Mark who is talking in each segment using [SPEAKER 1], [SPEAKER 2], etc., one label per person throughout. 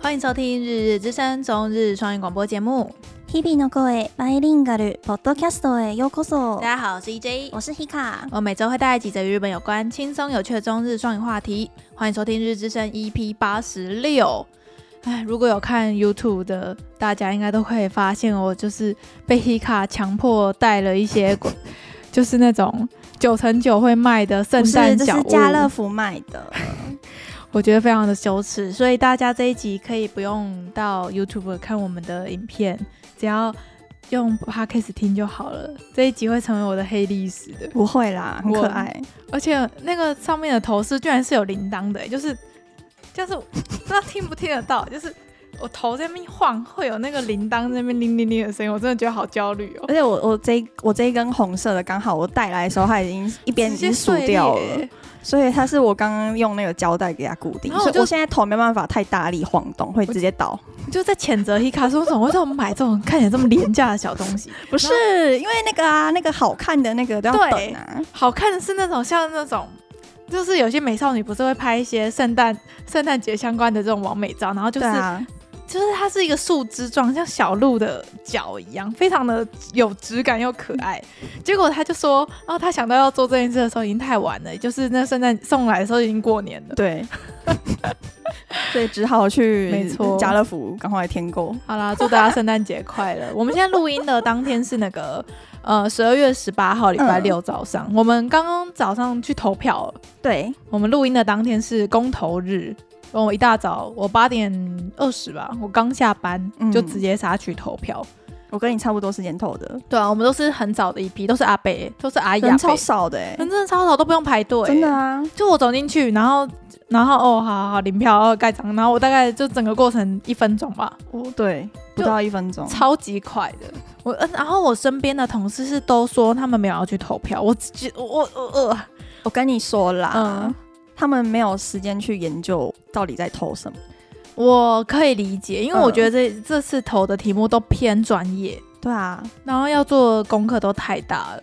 [SPEAKER 1] 欢迎收听《日日之声》中日双语广播节目。
[SPEAKER 2] 日々の声バイリンガルポッドキャストへようこ
[SPEAKER 1] 大
[SPEAKER 2] そ。
[SPEAKER 1] 家好，我是 EJ，
[SPEAKER 2] 我是 E Hika，
[SPEAKER 1] 我每周会带来几则与日本有关、轻松有趣的中日双语话题。欢迎收听《日之声》EP 八十六。哎，如果有看 YouTube 的大家，应该都会发现我就是被 Hika 强迫带了一些鬼，就是那种九乘九会卖的圣
[SPEAKER 2] 不是
[SPEAKER 1] 诞
[SPEAKER 2] 这
[SPEAKER 1] 小
[SPEAKER 2] 是
[SPEAKER 1] 物，
[SPEAKER 2] 家乐福卖的，
[SPEAKER 1] 我觉得非常的羞耻。所以大家这一集可以不用到 YouTube 看我们的影片，只要用 Podcast 听就好了。这一集会成为我的黑历史的。
[SPEAKER 2] 不会啦，很可爱。
[SPEAKER 1] 而且那个上面的头饰居然是有铃铛的、欸就是就是不知道听不听得到，就是我头在那边晃，会有那个铃铛在那边铃铃铃的声音，我真的觉得好焦虑哦、
[SPEAKER 2] 而且我我这一我这一根红色的刚好我带来的时候，它已经一边
[SPEAKER 1] 直
[SPEAKER 2] 已
[SPEAKER 1] 接
[SPEAKER 2] 经数
[SPEAKER 1] 碎裂
[SPEAKER 2] 掉
[SPEAKER 1] 欸
[SPEAKER 2] 了，所以它是我刚刚用那个胶带给它固定，
[SPEAKER 1] 然后我
[SPEAKER 2] 所以
[SPEAKER 1] 就
[SPEAKER 2] 我现在头没办法太大力晃动，会直接倒。
[SPEAKER 1] 就在谴责 Hika 说，为什么为什么买这种看起来这么廉价的小东西？
[SPEAKER 2] 不是因为那个啊，那个好看的那个都要
[SPEAKER 1] 对
[SPEAKER 2] 等啊，
[SPEAKER 1] 好看的是那种像那种，就是有些美少女不是会拍一些圣诞圣诞节相关的这种完美照，然后就是、
[SPEAKER 2] 对啊，
[SPEAKER 1] 就是它是一个树枝状，像小鹿的脚一样，非常的有质感又可爱。结果他就说，哦，他想到要做这件事的时候已经太晚了，就是那圣诞送来的时候已经过年了。
[SPEAKER 2] 对。所以只好去
[SPEAKER 1] 没错
[SPEAKER 2] 家乐福赶快添购。
[SPEAKER 1] 好 啦，祝大家圣诞节快乐！我们现在录音的当天是那个呃十二月十八号礼拜六早上，
[SPEAKER 2] 嗯
[SPEAKER 1] 我们刚刚早上去投票了。
[SPEAKER 2] 对，
[SPEAKER 1] 我们录音的当天是公投日，然后我一大早我八点二十吧，我刚下班
[SPEAKER 2] 嗯
[SPEAKER 1] 就直接杀去投票。
[SPEAKER 2] 我跟你差不多时间投的，
[SPEAKER 1] 对啊，我们都是很早的一批，都是阿北，都是阿姨阿
[SPEAKER 2] 人
[SPEAKER 1] 伯，
[SPEAKER 2] 超少的哎、
[SPEAKER 1] 人真的超少，都不用排队、
[SPEAKER 2] 真的。啊，
[SPEAKER 1] 就我走进去，然后，然后哦，好好好，领票，哦，盖章，然后我大概就整个过程一分钟吧，
[SPEAKER 2] 哦对，不到一分钟，
[SPEAKER 1] 超级快的。我，嗯，然后我身边的同事是都说他们没有要去投票，我只觉我我我呃，
[SPEAKER 2] 我跟你说啦，
[SPEAKER 1] 嗯
[SPEAKER 2] 他们没有时间去研究到底在投什么，
[SPEAKER 1] 我可以理解，因为我
[SPEAKER 2] 嗯
[SPEAKER 1] 觉得这、这次投的题目都偏专业，
[SPEAKER 2] 对啊，
[SPEAKER 1] 然后要做的功课都太大了。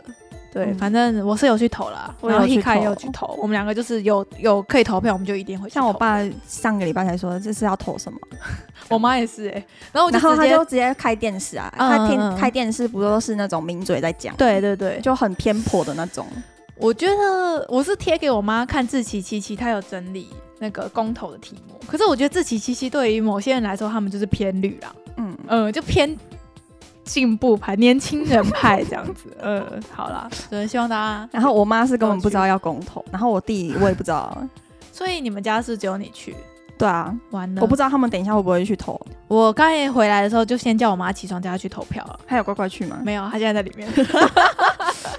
[SPEAKER 1] 对，
[SPEAKER 2] 嗯
[SPEAKER 1] 反正我是有去投啦，
[SPEAKER 2] 我也
[SPEAKER 1] 然后
[SPEAKER 2] 有去
[SPEAKER 1] Hika 也
[SPEAKER 2] 投
[SPEAKER 1] 有去投，我们两个就是有有可以投票，我们就一定会去
[SPEAKER 2] 像我
[SPEAKER 1] 投，
[SPEAKER 2] 爸上个礼拜才说这次要投什么，
[SPEAKER 1] 我妈也是哎、然后我就
[SPEAKER 2] 然后
[SPEAKER 1] 直
[SPEAKER 2] 他
[SPEAKER 1] 接
[SPEAKER 2] 就直接开电视啊，
[SPEAKER 1] 嗯
[SPEAKER 2] 他
[SPEAKER 1] 嗯嗯
[SPEAKER 2] 电开电视不都是那种名嘴在讲，，
[SPEAKER 1] 对对对，
[SPEAKER 2] 就很偏颇的那种，
[SPEAKER 1] 我觉得我是贴给我妈看自奇七七，她有整理那个公投的题目，可是我觉得自奇七七对于某些人来说，他们就是偏绿啦，
[SPEAKER 2] 嗯，
[SPEAKER 1] 嗯、就偏进步派、年轻人派这样子，嗯、好啦，对，希望大家，
[SPEAKER 2] 然后我妈是根本不知道要公投，然后我弟我也不知道，
[SPEAKER 1] 所以你们家是只有你去。
[SPEAKER 2] 对啊，
[SPEAKER 1] 完了，
[SPEAKER 2] 我不知道他们等一下会不会去投，
[SPEAKER 1] 我刚才回来的时候，就先叫我妈起床叫她去投票了。
[SPEAKER 2] 还有乖乖去吗？
[SPEAKER 1] 没有，她现在在 里面。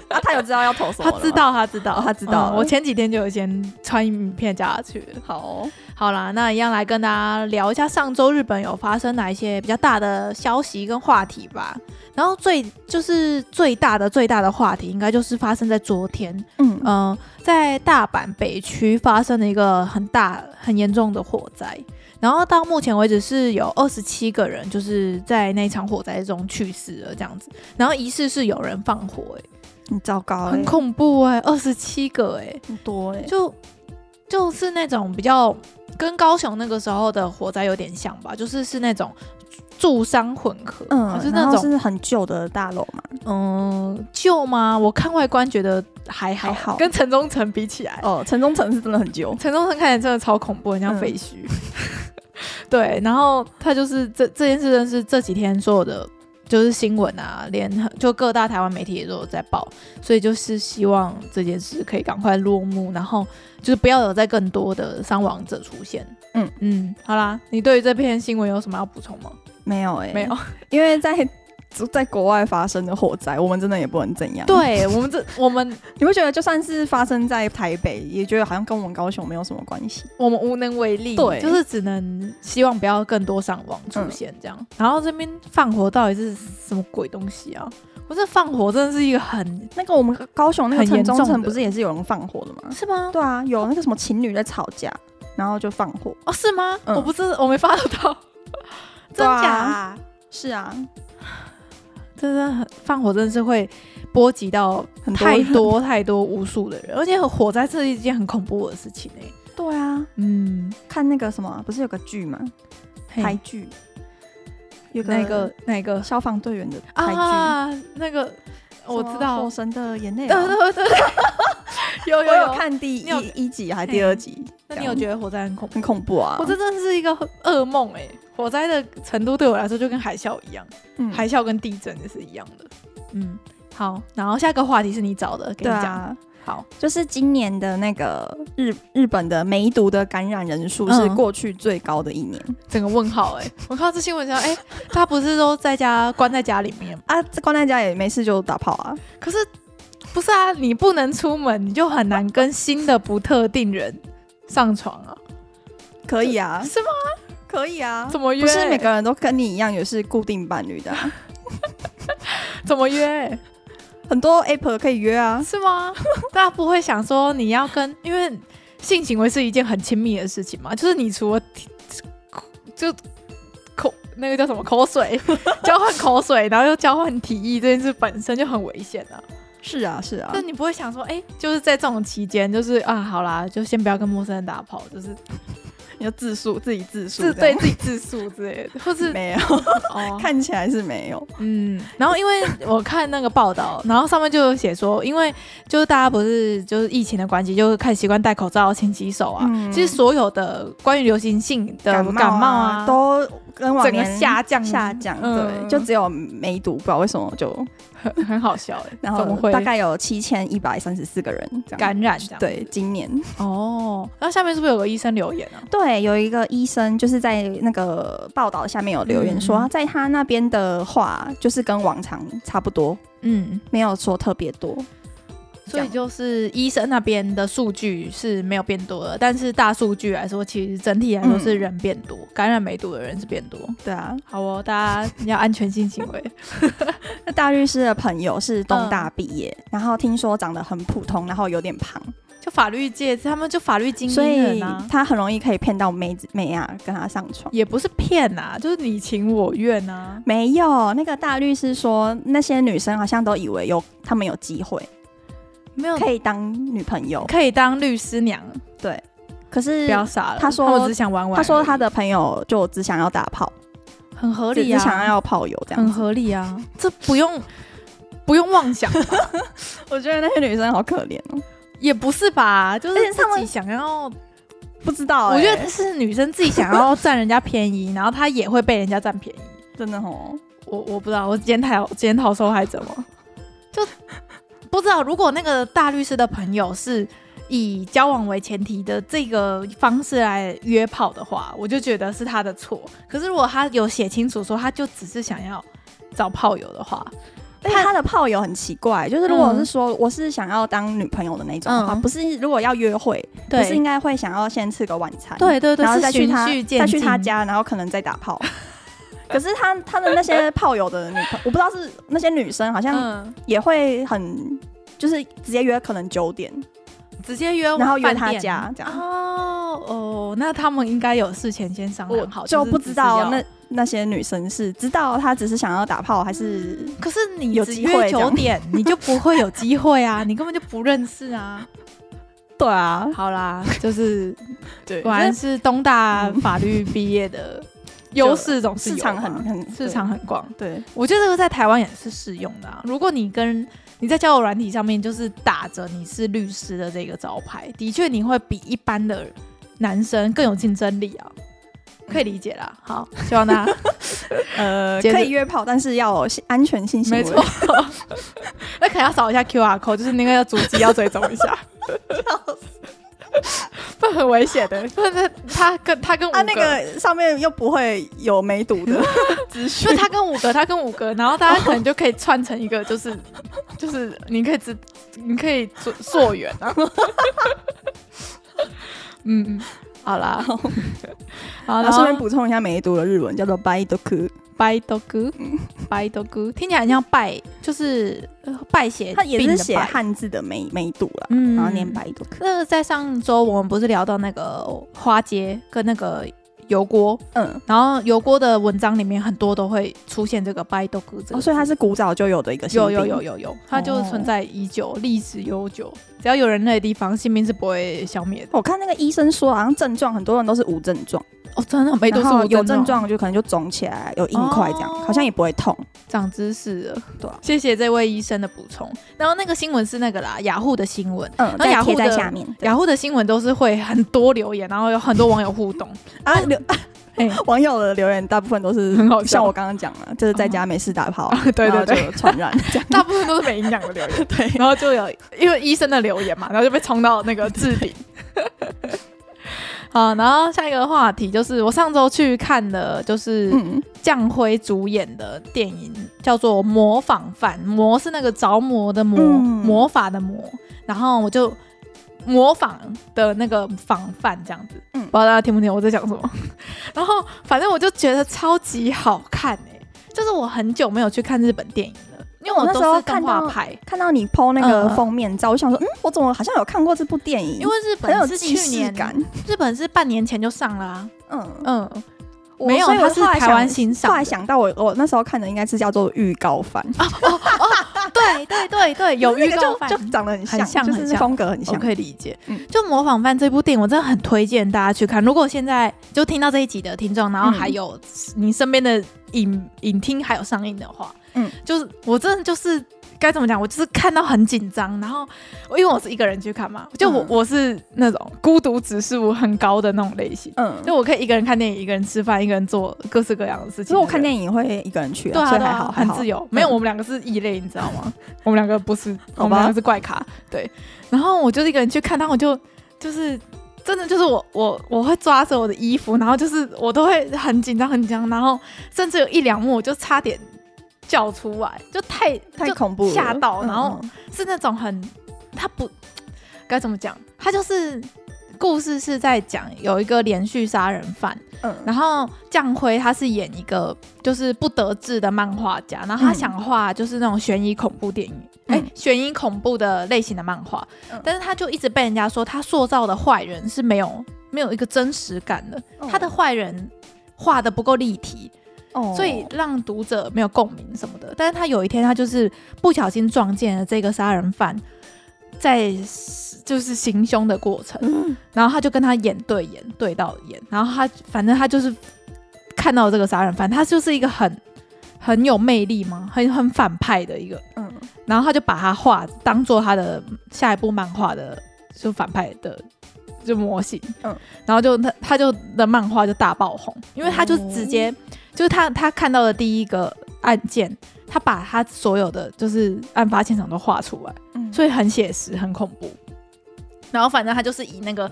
[SPEAKER 2] 啊，他有知道要投什
[SPEAKER 1] 她
[SPEAKER 2] 么了吗，
[SPEAKER 1] 知道，她知道，嗯
[SPEAKER 2] 哦她知道了
[SPEAKER 1] 我前几天就有先传影片叫她去了。
[SPEAKER 2] 好哦，
[SPEAKER 1] 好啦，那一样来跟大家聊一下上周日本有发生哪一些比较大的消息跟话题吧。然后最就是最大的最大的话题，应该就是发生在昨天，
[SPEAKER 2] 嗯
[SPEAKER 1] 嗯、在大阪北区发生了一个很大很严重的火灾，然后到目前为止是有二十七个人就是在那场火灾中去世了这样子，然后疑似是有人放火、欸，
[SPEAKER 2] 很糟糕、欸，
[SPEAKER 1] 很恐怖哎、二十七个哎、
[SPEAKER 2] 很多哎、
[SPEAKER 1] 就就是那种比较跟高雄那个时候的火灾有点像吧，就是是那种住商混合，
[SPEAKER 2] 嗯，
[SPEAKER 1] 哦就是
[SPEAKER 2] 然
[SPEAKER 1] 那
[SPEAKER 2] 后
[SPEAKER 1] 种
[SPEAKER 2] 是很旧的大楼嘛，
[SPEAKER 1] 嗯旧吗？我看外观觉得还好，
[SPEAKER 2] 还好
[SPEAKER 1] 跟城中城比起来，
[SPEAKER 2] 哦，城中城是真的很旧，
[SPEAKER 1] 城中城看起来真的超恐怖，很像
[SPEAKER 2] 嗯
[SPEAKER 1] 废墟。 对，然后他就是这这件事，真是这几天所有的就是新闻啊，连就各大台湾媒体也都有在报，所以就是希望这件事可以赶快落幕，然后就是不要有再更多的伤亡者出现。
[SPEAKER 2] 嗯
[SPEAKER 1] 嗯，好啦，你对于这篇新闻有什么要补充吗？
[SPEAKER 2] 没有哎、
[SPEAKER 1] 没有，。
[SPEAKER 2] 因为在在国外发生的火灾，我们真的也不能怎样。，
[SPEAKER 1] 对我们这我们
[SPEAKER 2] 你不觉得就算是发生在台北，也觉得好像跟我们高雄没有什么关系？
[SPEAKER 1] 我们无能为力，
[SPEAKER 2] 对嗯
[SPEAKER 1] 就是只能希望不要更多伤亡出现这样。然后这边放火到底是什么鬼东西啊？我这放火真的是一个很
[SPEAKER 2] 那个我们高雄那个
[SPEAKER 1] 很严
[SPEAKER 2] 城
[SPEAKER 1] 重
[SPEAKER 2] 中
[SPEAKER 1] 的
[SPEAKER 2] 城不是也是有人放火的吗？
[SPEAKER 1] 是吗？
[SPEAKER 2] 对啊，有那个什么情侣在吵架，然后就放火。
[SPEAKER 1] 哦，是吗？
[SPEAKER 2] 嗯
[SPEAKER 1] 我不知，我没发 到，真
[SPEAKER 2] 对啊
[SPEAKER 1] 假、啊？
[SPEAKER 2] 是啊，
[SPEAKER 1] 真的很放火，真的是会波及到
[SPEAKER 2] 很
[SPEAKER 1] 太
[SPEAKER 2] 人
[SPEAKER 1] 多太多无数的人，而且火灾是一件很恐怖的事情哎、
[SPEAKER 2] 对啊，
[SPEAKER 1] 嗯，
[SPEAKER 2] 看那个什么，不是有个剧吗？
[SPEAKER 1] 嘿
[SPEAKER 2] 台剧，有
[SPEAKER 1] 哪个哪个
[SPEAKER 2] 消防队员的台剧，
[SPEAKER 1] 啊？那个我
[SPEAKER 2] 什么
[SPEAKER 1] 知道
[SPEAKER 2] 火，神的眼泪
[SPEAKER 1] 对
[SPEAKER 2] 哦》
[SPEAKER 1] 对对，对有有
[SPEAKER 2] 我有哎
[SPEAKER 1] 有。
[SPEAKER 2] 看第
[SPEAKER 1] 你有
[SPEAKER 2] 一一集还是第二集，
[SPEAKER 1] 那
[SPEAKER 2] 这
[SPEAKER 1] 你
[SPEAKER 2] 样
[SPEAKER 1] 有觉得火灾很恐怖？
[SPEAKER 2] 很恐怖啊？
[SPEAKER 1] 我这真的是一个噩梦哎、火灾的程度对我来说就跟海啸一样，
[SPEAKER 2] 嗯
[SPEAKER 1] 海啸跟地震也是一样的。嗯，好，然后下个话题是你找的，跟
[SPEAKER 2] 对
[SPEAKER 1] 你讲。
[SPEAKER 2] 啊，
[SPEAKER 1] 好，
[SPEAKER 2] 就是今年的那个日日本的梅毒的感染人数是
[SPEAKER 1] 嗯
[SPEAKER 2] 过去最高的一年、
[SPEAKER 1] 整个问号哎、 我看到这新闻上哎、他不是都在家关在家里面吗？
[SPEAKER 2] 啊！这关在家也没事就打炮啊，
[SPEAKER 1] 可是不是啊？你不能出门，你就很难跟新的不特定人上床啊？
[SPEAKER 2] 可以啊，
[SPEAKER 1] 是吗？
[SPEAKER 2] 可以啊，
[SPEAKER 1] 怎么约？
[SPEAKER 2] 不是每个人都跟你一样，也是固定伴侣的 啊、
[SPEAKER 1] 怎么约？
[SPEAKER 2] 很多 app 可以约啊。
[SPEAKER 1] 是吗？大家不会想说你要跟，因为性行为是一件很亲密的事情嘛，就是你除了就口那个叫什么口水 交换口水，然后又交换体液这件事本身就很危险啊。
[SPEAKER 2] 是啊，是啊
[SPEAKER 1] 就，你不会想说，哎、就是在这种期间，就是啊，好啦，就先不要跟陌生人打炮，就是
[SPEAKER 2] 你就自述自己自述，
[SPEAKER 1] 自对自己自述之类的，或是
[SPEAKER 2] 没有，
[SPEAKER 1] 哦，
[SPEAKER 2] 看起来是没有。
[SPEAKER 1] 嗯，然后因为我看那个报道，然后上面就有写说，因为就是大家不是就是疫情的关系，就是开始习惯戴口罩、勤洗手啊。
[SPEAKER 2] 嗯
[SPEAKER 1] 其实所有的关于流行性的感
[SPEAKER 2] 冒啊
[SPEAKER 1] 啊，
[SPEAKER 2] 都跟往
[SPEAKER 1] 整个
[SPEAKER 2] 年
[SPEAKER 1] 下降
[SPEAKER 2] 下降，
[SPEAKER 1] 嗯
[SPEAKER 2] 对，就只有梅毒，不知道为什么就，
[SPEAKER 1] 很很好 笑哎、
[SPEAKER 2] 然
[SPEAKER 1] 怎么
[SPEAKER 2] 后
[SPEAKER 1] 会
[SPEAKER 2] 大概有七千一百三十四个人这样。
[SPEAKER 1] 感染这样？
[SPEAKER 2] 对，今年
[SPEAKER 1] 哦，然后下面是不是有个医生留言啊？
[SPEAKER 2] 对有一个医生就是在那个报道下面有留言说，
[SPEAKER 1] 嗯
[SPEAKER 2] 在他那边的话，就是跟往常差不多，
[SPEAKER 1] 嗯，
[SPEAKER 2] 没有说特别多。
[SPEAKER 1] 所以就是医生那边的数据是没有变多的，但是大数据来说，其实整体来说是
[SPEAKER 2] 嗯
[SPEAKER 1] 人变多，感染梅毒的人是变多。
[SPEAKER 2] 对啊，
[SPEAKER 1] 好哦，大家要安全性行为。
[SPEAKER 2] 那大律师的朋友是东大毕业，然后听说长得很普通，然后有点胖，
[SPEAKER 1] 就法律界，他们就法律精
[SPEAKER 2] 所
[SPEAKER 1] 英人
[SPEAKER 2] 以
[SPEAKER 1] 啊，
[SPEAKER 2] 他很容易可以骗到妹子妹啊跟他上床。
[SPEAKER 1] 也不是骗啊，就是你情我愿啊。
[SPEAKER 2] 没有，那个大律师说，那些女生好像都以为有他们有机会
[SPEAKER 1] 没有
[SPEAKER 2] 可以当女朋友，
[SPEAKER 1] 可以当律师娘，
[SPEAKER 2] 对。
[SPEAKER 1] 不
[SPEAKER 2] 可是
[SPEAKER 1] 要傻了。
[SPEAKER 2] 他说
[SPEAKER 1] 我只想玩玩而已，
[SPEAKER 2] 他说他的朋友就只想要打炮，
[SPEAKER 1] 很合
[SPEAKER 2] 只
[SPEAKER 1] 理
[SPEAKER 2] 是
[SPEAKER 1] 啊，
[SPEAKER 2] 想要炮友这样
[SPEAKER 1] 很
[SPEAKER 2] 子。
[SPEAKER 1] 合理啊，这不用不用妄 想，嗯
[SPEAKER 2] 我觉得那些女生好可怜哦，
[SPEAKER 1] 也不是吧？就
[SPEAKER 2] 而
[SPEAKER 1] 是
[SPEAKER 2] 且他
[SPEAKER 1] 自
[SPEAKER 2] 们
[SPEAKER 1] 己想要，
[SPEAKER 2] 不知道、欸
[SPEAKER 1] 我觉得是女生自己想要占人家便宜，然后她也会被人家占便宜。
[SPEAKER 2] 真的哦，
[SPEAKER 1] 我我不知道，我检讨检讨受害者吗？就不知道，如果那个大律师的朋友是以交往为前提的这个方式来约炮的话，我就觉得是他的错。可是如果他有写清楚说他就只是想要找炮友的话，
[SPEAKER 2] 而且
[SPEAKER 1] 他
[SPEAKER 2] 他的炮友很奇怪，就是如果
[SPEAKER 1] 嗯
[SPEAKER 2] 是说我是想要当女朋友的那种的话，
[SPEAKER 1] 嗯
[SPEAKER 2] 不是如果要约会，不是应该会想要先吃个晚餐，
[SPEAKER 1] 对对对，
[SPEAKER 2] 然后
[SPEAKER 1] 是
[SPEAKER 2] 再去
[SPEAKER 1] 循
[SPEAKER 2] 他
[SPEAKER 1] 序
[SPEAKER 2] 再
[SPEAKER 1] 渐
[SPEAKER 2] 去
[SPEAKER 1] 进
[SPEAKER 2] 他，家，然后可能再打炮。可是他他的那些炮友的女朋友，我不知道是那些女生好像
[SPEAKER 1] 嗯，
[SPEAKER 2] 也会很，就是直接约可能九点，
[SPEAKER 1] 直接约
[SPEAKER 2] 然后约
[SPEAKER 1] 饭
[SPEAKER 2] 他
[SPEAKER 1] 店
[SPEAKER 2] 家这样。
[SPEAKER 1] 哦哦，那他们应该有事前先商
[SPEAKER 2] 我
[SPEAKER 1] 量好，
[SPEAKER 2] 就是不
[SPEAKER 1] 只
[SPEAKER 2] 知
[SPEAKER 1] 是
[SPEAKER 2] 道
[SPEAKER 1] 要
[SPEAKER 2] 那那些女生是知道他只是想要打炮，还是
[SPEAKER 1] 可是你
[SPEAKER 2] 有
[SPEAKER 1] 只
[SPEAKER 2] 机
[SPEAKER 1] 约
[SPEAKER 2] 会这
[SPEAKER 1] 九
[SPEAKER 2] 样
[SPEAKER 1] 点，你就不会有机会啊， 你根本就不认识啊。
[SPEAKER 2] 对啊，
[SPEAKER 1] 好啦， 就是
[SPEAKER 2] 对
[SPEAKER 1] 果然是东大法律毕业的优势总是
[SPEAKER 2] 市
[SPEAKER 1] 有啊
[SPEAKER 2] 场
[SPEAKER 1] 嘛
[SPEAKER 2] 很很
[SPEAKER 1] 市场很广，
[SPEAKER 2] 对
[SPEAKER 1] 我觉得这个在台湾也是适用的、啊。如果你跟你在交友软体上面就是打着你是律师的这个招牌，的确你会比一般的男生更有竞争力啊，可以理解啦。 好，希望大家
[SPEAKER 2] 对呃
[SPEAKER 1] 接着
[SPEAKER 2] 可以约炮，但是要有安全性行
[SPEAKER 1] 没
[SPEAKER 2] 为。
[SPEAKER 1] 错， 那可能要扫一下 QR code，就是那个要足迹要追踪一下。 不然很危险的， 不是他跟他跟五
[SPEAKER 2] 啊，那
[SPEAKER 1] 个，
[SPEAKER 2] 个上面又不会有梅毒 的资
[SPEAKER 1] 就
[SPEAKER 2] 讯
[SPEAKER 1] 是，他跟五个，他跟五个，然后大家可能就可以串成一个， 就是就是你可以只你可以溯溯源啊。 嗯，嗯，好啦， 好，
[SPEAKER 2] 然
[SPEAKER 1] 然
[SPEAKER 2] 后
[SPEAKER 1] 后
[SPEAKER 2] 顺便补充一下梅毒的日文叫做 b i d o k
[SPEAKER 1] 拜豆哥，拜豆哥，听起来很像拜，就是呃拜血，
[SPEAKER 2] 它也是写，汉字的梅梅毒啦，
[SPEAKER 1] 嗯
[SPEAKER 2] 然后念 b i d o k
[SPEAKER 1] 那个在上周我们不是聊到那个花街跟那个油锅，
[SPEAKER 2] 嗯，
[SPEAKER 1] 然后油锅的文章里面很多都会出现这个拜豆哥这个
[SPEAKER 2] 哦，
[SPEAKER 1] 字、
[SPEAKER 2] 所以它是古早就有的一个性
[SPEAKER 1] 有
[SPEAKER 2] 病，哦
[SPEAKER 1] 有有有有，它就是存在已久，历史悠久。只要有人类的地方，性病是不会消灭的。
[SPEAKER 2] 我看那个医生说，好像症状很多人都是无症状，
[SPEAKER 1] 哦，真的，没都
[SPEAKER 2] 然
[SPEAKER 1] 是
[SPEAKER 2] 后啊
[SPEAKER 1] 我
[SPEAKER 2] 有症，状就可能就肿起来，有硬块这样，
[SPEAKER 1] 哦
[SPEAKER 2] 好像也不会痛。
[SPEAKER 1] 长知识了。
[SPEAKER 2] 对啊
[SPEAKER 1] 谢谢这位医生的补充。然后那个新闻是那个啦，雅虎的新闻。
[SPEAKER 2] 嗯，
[SPEAKER 1] 那
[SPEAKER 2] 再
[SPEAKER 1] 雅虎
[SPEAKER 2] 贴在
[SPEAKER 1] 的
[SPEAKER 2] 下面。对
[SPEAKER 1] 雅虎的新闻都是会很多留言，然后有很多网友互 动，
[SPEAKER 2] 啊，留
[SPEAKER 1] 哎
[SPEAKER 2] 网友的留言大部分都是
[SPEAKER 1] 很好笑哦
[SPEAKER 2] 像我刚刚讲了，就是在家没事打炮，
[SPEAKER 1] 对对对，
[SPEAKER 2] 然后就传染这 样。
[SPEAKER 1] 大部分都是没营养的留言，对，然后就有因为医生的留言嘛，然后就被冲到那个置顶。好，然后下一个话题就是我上周去看的，就是
[SPEAKER 2] 嗯，
[SPEAKER 1] 江辉主演的电影，叫做《模仿犯》，模是那个着魔的魔，
[SPEAKER 2] 嗯
[SPEAKER 1] 魔法的魔。然后我就模仿的那个仿犯这样子，
[SPEAKER 2] 嗯
[SPEAKER 1] 不知道大家听不听我在讲什么。 然后反正我就觉得超级好看哎、就是我很久没有去看日本电影了，因为我
[SPEAKER 2] 我那时候
[SPEAKER 1] 都是动
[SPEAKER 2] 看
[SPEAKER 1] 画
[SPEAKER 2] 到
[SPEAKER 1] 派。
[SPEAKER 2] 看到你 PO 那
[SPEAKER 1] 嗯
[SPEAKER 2] 个
[SPEAKER 1] 嗯
[SPEAKER 2] 封面照，我想说，嗯，我怎么好像有看过这部电影？
[SPEAKER 1] 因为日
[SPEAKER 2] 很有
[SPEAKER 1] 本是
[SPEAKER 2] 既
[SPEAKER 1] 去
[SPEAKER 2] 视
[SPEAKER 1] 年，
[SPEAKER 2] 感。
[SPEAKER 1] 日本是半年前就上了、啊，
[SPEAKER 2] 嗯，
[SPEAKER 1] 嗯，
[SPEAKER 2] 我
[SPEAKER 1] 没有，
[SPEAKER 2] 所以我
[SPEAKER 1] 它是
[SPEAKER 2] 后来
[SPEAKER 1] 台湾
[SPEAKER 2] 想
[SPEAKER 1] 新上
[SPEAKER 2] 后
[SPEAKER 1] 的
[SPEAKER 2] 来。想到我，我那时候看的应该是叫做预告番，
[SPEAKER 1] 对对对对，有预告版
[SPEAKER 2] 就就长得很
[SPEAKER 1] 很像
[SPEAKER 2] 就
[SPEAKER 1] 很
[SPEAKER 2] 是
[SPEAKER 1] 像
[SPEAKER 2] 风格很
[SPEAKER 1] 我
[SPEAKER 2] 像。
[SPEAKER 1] 可以理解。
[SPEAKER 2] 嗯
[SPEAKER 1] 就《模仿犯》这部电影，我真的很推荐大家去看。如果现在就听到这一集的听众，然后
[SPEAKER 2] 嗯
[SPEAKER 1] 还有你身边的影影厅还有上映的话，嗯
[SPEAKER 2] 嗯，
[SPEAKER 1] 就是我真的就是该怎么讲，我就是看到很紧张，然后我因为我是一个人去看嘛，就我、
[SPEAKER 2] 嗯
[SPEAKER 1] 我是那种孤独指数很高的那种类型，
[SPEAKER 2] 嗯，
[SPEAKER 1] 就我可以一个人看电影，一个人吃饭，一个人做各式各样的事情。
[SPEAKER 2] 其实我看电影会一个人去、
[SPEAKER 1] 对啊，
[SPEAKER 2] 所以
[SPEAKER 1] 对
[SPEAKER 2] 还
[SPEAKER 1] 啊
[SPEAKER 2] 好，
[SPEAKER 1] 很
[SPEAKER 2] 还好
[SPEAKER 1] 自由。没有，
[SPEAKER 2] 嗯
[SPEAKER 1] 我们两个是异类，你知道 吗？我们两个不是，
[SPEAKER 2] 好吧
[SPEAKER 1] 我们两个是怪咖。对，然后我就是一个人去看，然后我就就是真的就是我我我会抓着我的衣服，然后就是我都会很紧张很紧张，然后甚至有一两幕我就差点叫出来，就太
[SPEAKER 2] 太
[SPEAKER 1] 就
[SPEAKER 2] 恐怖了，
[SPEAKER 1] 吓到
[SPEAKER 2] 嗯
[SPEAKER 1] 然后是那种很，他不该怎么讲，他就是故事是在讲有一个连续杀人犯。
[SPEAKER 2] 嗯嗯
[SPEAKER 1] 然后江辉他是演一个就是不得志的漫画家，然后他想画就是那种悬疑恐怖电影，哎、
[SPEAKER 2] 嗯
[SPEAKER 1] 悬疑恐怖的类型的漫画，
[SPEAKER 2] 嗯
[SPEAKER 1] 但是他就一直被人家说他塑造的坏人是没有没有一个真实感的，
[SPEAKER 2] 嗯
[SPEAKER 1] 他的坏人画的不够立体，
[SPEAKER 2] 哦
[SPEAKER 1] 所以让读者没有共鸣什么的。但是他有一天，他就是不小心撞见了这个杀人犯在就是行凶的过程，然后他就跟他眼对眼对到眼，然后他反正他就是看到这个杀人犯，他就是一个很很有魅力嘛，很很反派的一个，
[SPEAKER 2] 嗯
[SPEAKER 1] 然后他就把他画当做他的下一部漫画的就反派的。就模型，嗯
[SPEAKER 2] 嗯，
[SPEAKER 1] 然后就他他就的漫画就大爆红，因为他就直接、就是他他看到的第一个案件，他把他所有的就是案发现场都画出来，
[SPEAKER 2] 嗯
[SPEAKER 1] 所以很写实，很恐怖。然后反正他就是以那个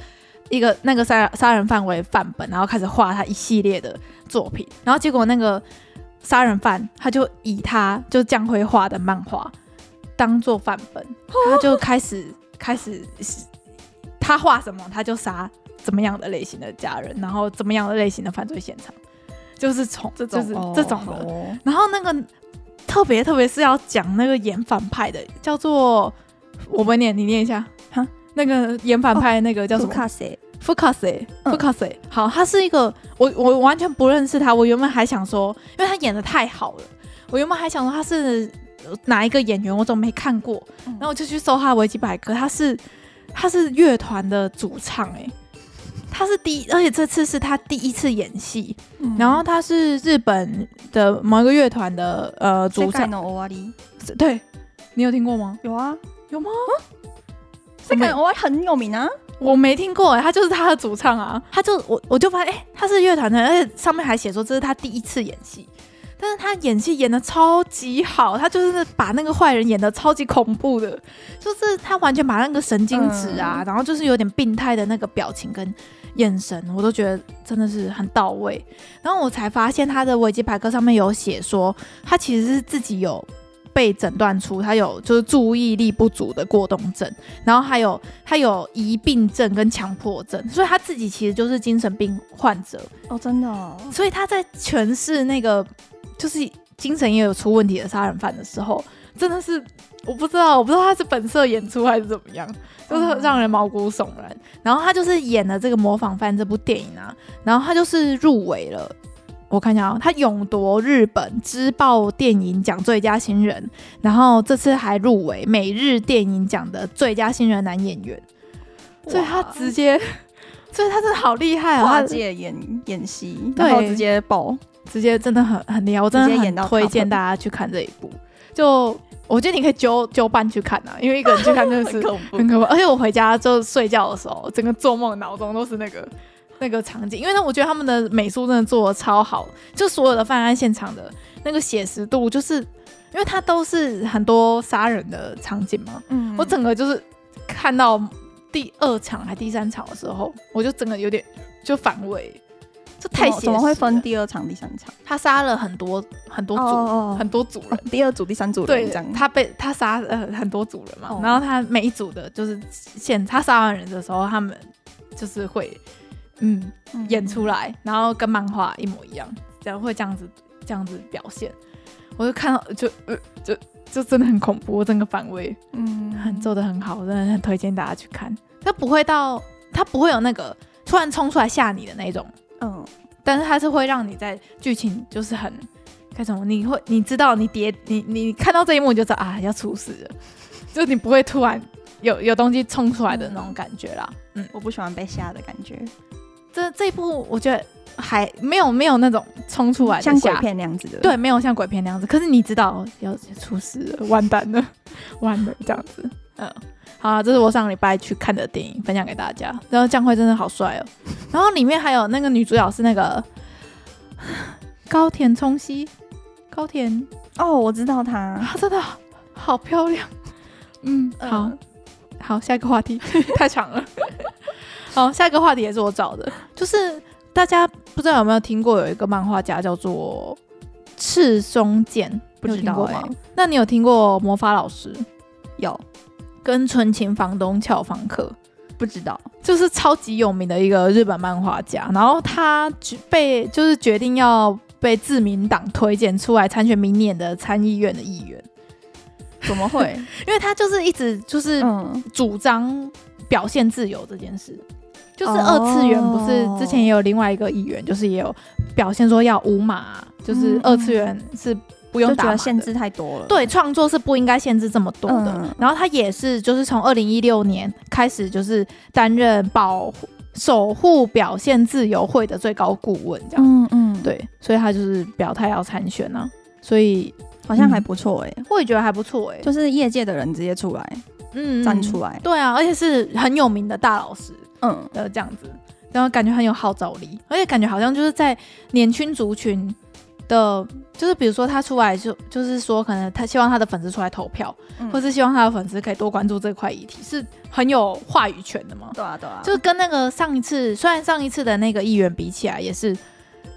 [SPEAKER 1] 一个那个杀杀人犯为范本，然后开始画他一系列的作品，然后结果那个杀人犯他就以他就江辉画的漫画当做范本，他就开始开始他画什么他就杀怎么样的类型的家人，然后怎么样的类型的犯罪现场，就是从
[SPEAKER 2] 这
[SPEAKER 1] 就
[SPEAKER 2] 种
[SPEAKER 1] 是
[SPEAKER 2] 哦
[SPEAKER 1] 这种的。
[SPEAKER 2] 好哦
[SPEAKER 1] 然后那个特别特别是要讲那个演反派的，叫做我们念你念一下
[SPEAKER 2] 哈，
[SPEAKER 1] 那个演反派那个叫什么？
[SPEAKER 2] 卡谁？
[SPEAKER 1] 福卡谁？
[SPEAKER 2] 嗯
[SPEAKER 1] 福卡谁？好，他是一个我我完全不认识他，我原本还想说，因为他演的太好了，我原本还想说他是呃哪一个演员，我怎么没看过？
[SPEAKER 2] 嗯
[SPEAKER 1] 然后我就去搜他的维基百科，他是他是乐团的主唱哎、欸他是第一，而且这次是他第一次演戏，
[SPEAKER 2] 嗯
[SPEAKER 1] 然后他是日本的某一个乐团的呃主
[SPEAKER 2] 世界
[SPEAKER 1] 唱，
[SPEAKER 2] の終わり
[SPEAKER 1] 对你有听过吗？
[SPEAKER 2] 有啊，
[SPEAKER 1] 有吗？
[SPEAKER 2] 这个我很有名啊，
[SPEAKER 1] 我没听过、欸，他就是他的主唱啊，他就我我就发现，哎、他是乐团的，而且上面还写说这是他第一次演戏，但是他演戏演的超级好，他就是把那个坏人演的超级恐怖的，就是他完全把那个神经质啊，然后就是有点病态的那个表情跟眼神，我都觉得真的是很到位。然后我才发现他的维基百科上面有写说，他其实是自己有被诊断出他有就是注意力不足的过动症，然后还有他有疑病症跟强迫症，所以他自己其实就是精神病患者。
[SPEAKER 2] 哦，真的哦，
[SPEAKER 1] 所以他在诠释那个就是精神也有出问题的杀人犯的时候，真的是我不知道，我不知道他是本色演出还是怎么样，就是让人毛骨悚然。然后他就是演了这个《模仿犯》这部电影啊，然后他就是入围了。我看一下啊，他勇夺日本之报电影奖最佳新人，然后这次还入围每日电影奖的最佳新人男演员，所以他
[SPEAKER 2] 哇
[SPEAKER 1] 直接， 所以他真的好厉害哦，
[SPEAKER 2] 跨
[SPEAKER 1] 他
[SPEAKER 2] 界演演戏，
[SPEAKER 1] 对
[SPEAKER 2] 然后直接爆，
[SPEAKER 1] 直接真的很很厉害，我真
[SPEAKER 2] 直
[SPEAKER 1] 的
[SPEAKER 2] 接演
[SPEAKER 1] 很
[SPEAKER 2] 到
[SPEAKER 1] 推荐
[SPEAKER 2] top
[SPEAKER 1] 大家去看这一部。就我觉得你可以揪揪伴去看啊，因为一个人去看真的 是
[SPEAKER 2] 恐
[SPEAKER 1] 很可怕。而且我回家就睡觉的时候，整个做梦脑中都是那个 那个场景，因为呢，我觉得他们的美术真的做的超好，就所有的犯案现场的那个写实度，就是因为它都是很多杀人的场景嘛，
[SPEAKER 2] 嗯
[SPEAKER 1] 我整个就是看到第二场还第三场的时候，我就整个有点就反胃，这太写实
[SPEAKER 2] 怎么会分
[SPEAKER 1] 了
[SPEAKER 2] 第二场、第三场？
[SPEAKER 1] 他杀了很多很多组、
[SPEAKER 2] 哦
[SPEAKER 1] 很多组人，
[SPEAKER 2] 第二组、第三组人
[SPEAKER 1] 对
[SPEAKER 2] 这样，，
[SPEAKER 1] 他被他杀了呃很多组人嘛，
[SPEAKER 2] 哦
[SPEAKER 1] 然后他每一组的就是现他杀完人的时候，他们就是会嗯
[SPEAKER 2] 嗯
[SPEAKER 1] 演出来，然后跟漫画一模一样，这样会这样子这样子表现，我就看到就呃就就真的很恐怖，我整个反胃，
[SPEAKER 2] 嗯
[SPEAKER 1] 很 做的很好，我真的很推荐大家去看，他不会到他不会有那个突然冲出来吓你的那种。
[SPEAKER 2] 嗯，
[SPEAKER 1] 但是它是会让你在剧情就是很该怎么，你会你知道你跌你你看到这一幕你就知道啊要出事了， 就你不会突然有有东西冲出来的那种感觉啦。嗯，
[SPEAKER 2] 我不喜欢被吓的感觉，
[SPEAKER 1] 这这一部我觉得还没有没有那种冲出来的
[SPEAKER 2] 像鬼
[SPEAKER 1] 吓
[SPEAKER 2] 片那样子的，
[SPEAKER 1] 对，没有像鬼片那样子。可是你知道要出事了，完蛋了， 完了这样子。嗯，好啊、这是我上礼拜去看的电影，分享给大家。然后江辉真的好帅 哦。然后里面还有那个女主角是那个 高田充希，高田，
[SPEAKER 2] 哦，我知道他，
[SPEAKER 1] 她啊真的好漂亮。嗯，
[SPEAKER 2] 嗯
[SPEAKER 1] 好，好，下一个话 题太长了。 好，下一个话题也是我找的，就是大家不知道有没有听过有一个漫画家叫做赤松健，
[SPEAKER 2] 不
[SPEAKER 1] 你
[SPEAKER 2] 知
[SPEAKER 1] 有听
[SPEAKER 2] 道
[SPEAKER 1] 过
[SPEAKER 2] 欸
[SPEAKER 1] 吗？那你有听过魔法老师
[SPEAKER 2] 有
[SPEAKER 1] 跟纯情房东俏房客？
[SPEAKER 2] 不知道？
[SPEAKER 1] 就是超级有名的一个日本漫画家，然后他决被就是决定要被自民党推荐出来参选明年的参议院的议员，
[SPEAKER 2] 怎么会？
[SPEAKER 1] 因为他就是一直就是
[SPEAKER 2] 嗯，
[SPEAKER 1] 主张表现自由这件事。就是
[SPEAKER 2] 哦
[SPEAKER 1] 二次元不是之前也有另外一个议员，就是也有表现说要无码，就是
[SPEAKER 2] 嗯
[SPEAKER 1] 二次元是不
[SPEAKER 2] 就
[SPEAKER 1] 用
[SPEAKER 2] 觉
[SPEAKER 1] 打码
[SPEAKER 2] 得
[SPEAKER 1] 的
[SPEAKER 2] 限制太多了。
[SPEAKER 1] 对，创作是不应该限制这么多的。
[SPEAKER 2] 嗯
[SPEAKER 1] 然后他也是，就是从二零一六年开始，就是担任保护守护表现自由会的最高顾问，这样、
[SPEAKER 2] 嗯嗯，，
[SPEAKER 1] 对，所以他就是表态要参选啊。所以
[SPEAKER 2] 好像还不错哎，
[SPEAKER 1] 我也觉得还不错哎、
[SPEAKER 2] 就是业界的人直接出来
[SPEAKER 1] 嗯
[SPEAKER 2] 站出
[SPEAKER 1] 来，
[SPEAKER 2] 来，
[SPEAKER 1] 对啊，而且是很有名的大老师
[SPEAKER 2] 嗯，
[SPEAKER 1] 的这样子，然后感觉很有号召力，而且感觉好像就是在年轻族群的，就是比如说他出来就就是说，可能他希望他的粉丝出来投票，或
[SPEAKER 2] 者
[SPEAKER 1] 是希望他的粉丝可以多关注这块议题，是很有话语权的嘛。
[SPEAKER 2] 对啊对啊，
[SPEAKER 1] 就是跟那个上一次，虽然上一次的那个议员比起来，也是，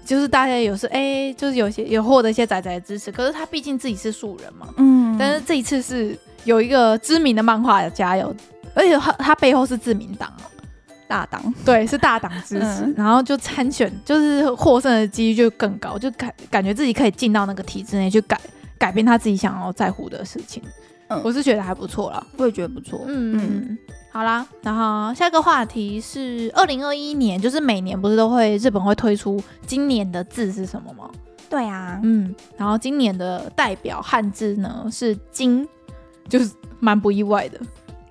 [SPEAKER 1] 就是大家有时哎、就是有些有获得一些仔仔的支持，可是他毕竟自己是素人嘛。
[SPEAKER 2] 嗯
[SPEAKER 1] 但是这一次是有一个知名的漫画家有，而且他他背后是自民党哦，
[SPEAKER 2] 大党，
[SPEAKER 1] 对，是大党支持，
[SPEAKER 2] 嗯
[SPEAKER 1] 然后就参选，就是获胜的几率就更高，就感感觉自己可以进到那个体制内去改改变他自己想要在乎的事情。
[SPEAKER 2] 嗯
[SPEAKER 1] 我是觉得还不错啦。
[SPEAKER 2] 我也觉得不错，
[SPEAKER 1] 嗯，好啦，然后下一个话题是二零二一年，就是每年不是都会日本会推出今年的字是什么吗？
[SPEAKER 2] 对啊，
[SPEAKER 1] 嗯，然后今年的代表汉字呢是“金”，就是蛮不意外的，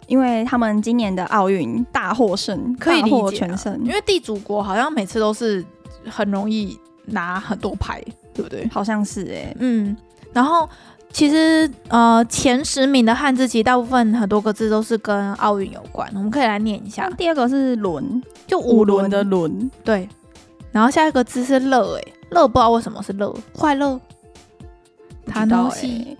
[SPEAKER 2] 因为他们今年的奥运大获胜，
[SPEAKER 1] 可以
[SPEAKER 2] 大
[SPEAKER 1] 理解啊
[SPEAKER 2] 获全胜，
[SPEAKER 1] 因为地主国好像每次都是很容易拿很多牌，对不对？
[SPEAKER 2] 好像是哎，
[SPEAKER 1] 嗯，然后其实呃前十名的汉字其实大部分很多个字都是跟奥运有关，我们可以来念一下
[SPEAKER 2] 像，第二个是轮，
[SPEAKER 1] 就
[SPEAKER 2] 嗯五
[SPEAKER 1] 五
[SPEAKER 2] 轮
[SPEAKER 1] 轮
[SPEAKER 2] 的轮，
[SPEAKER 1] 对，然后下一个字是乐、欸，乐不知道为什么是乐，快乐，
[SPEAKER 2] 不知道欸
[SPEAKER 1] 西，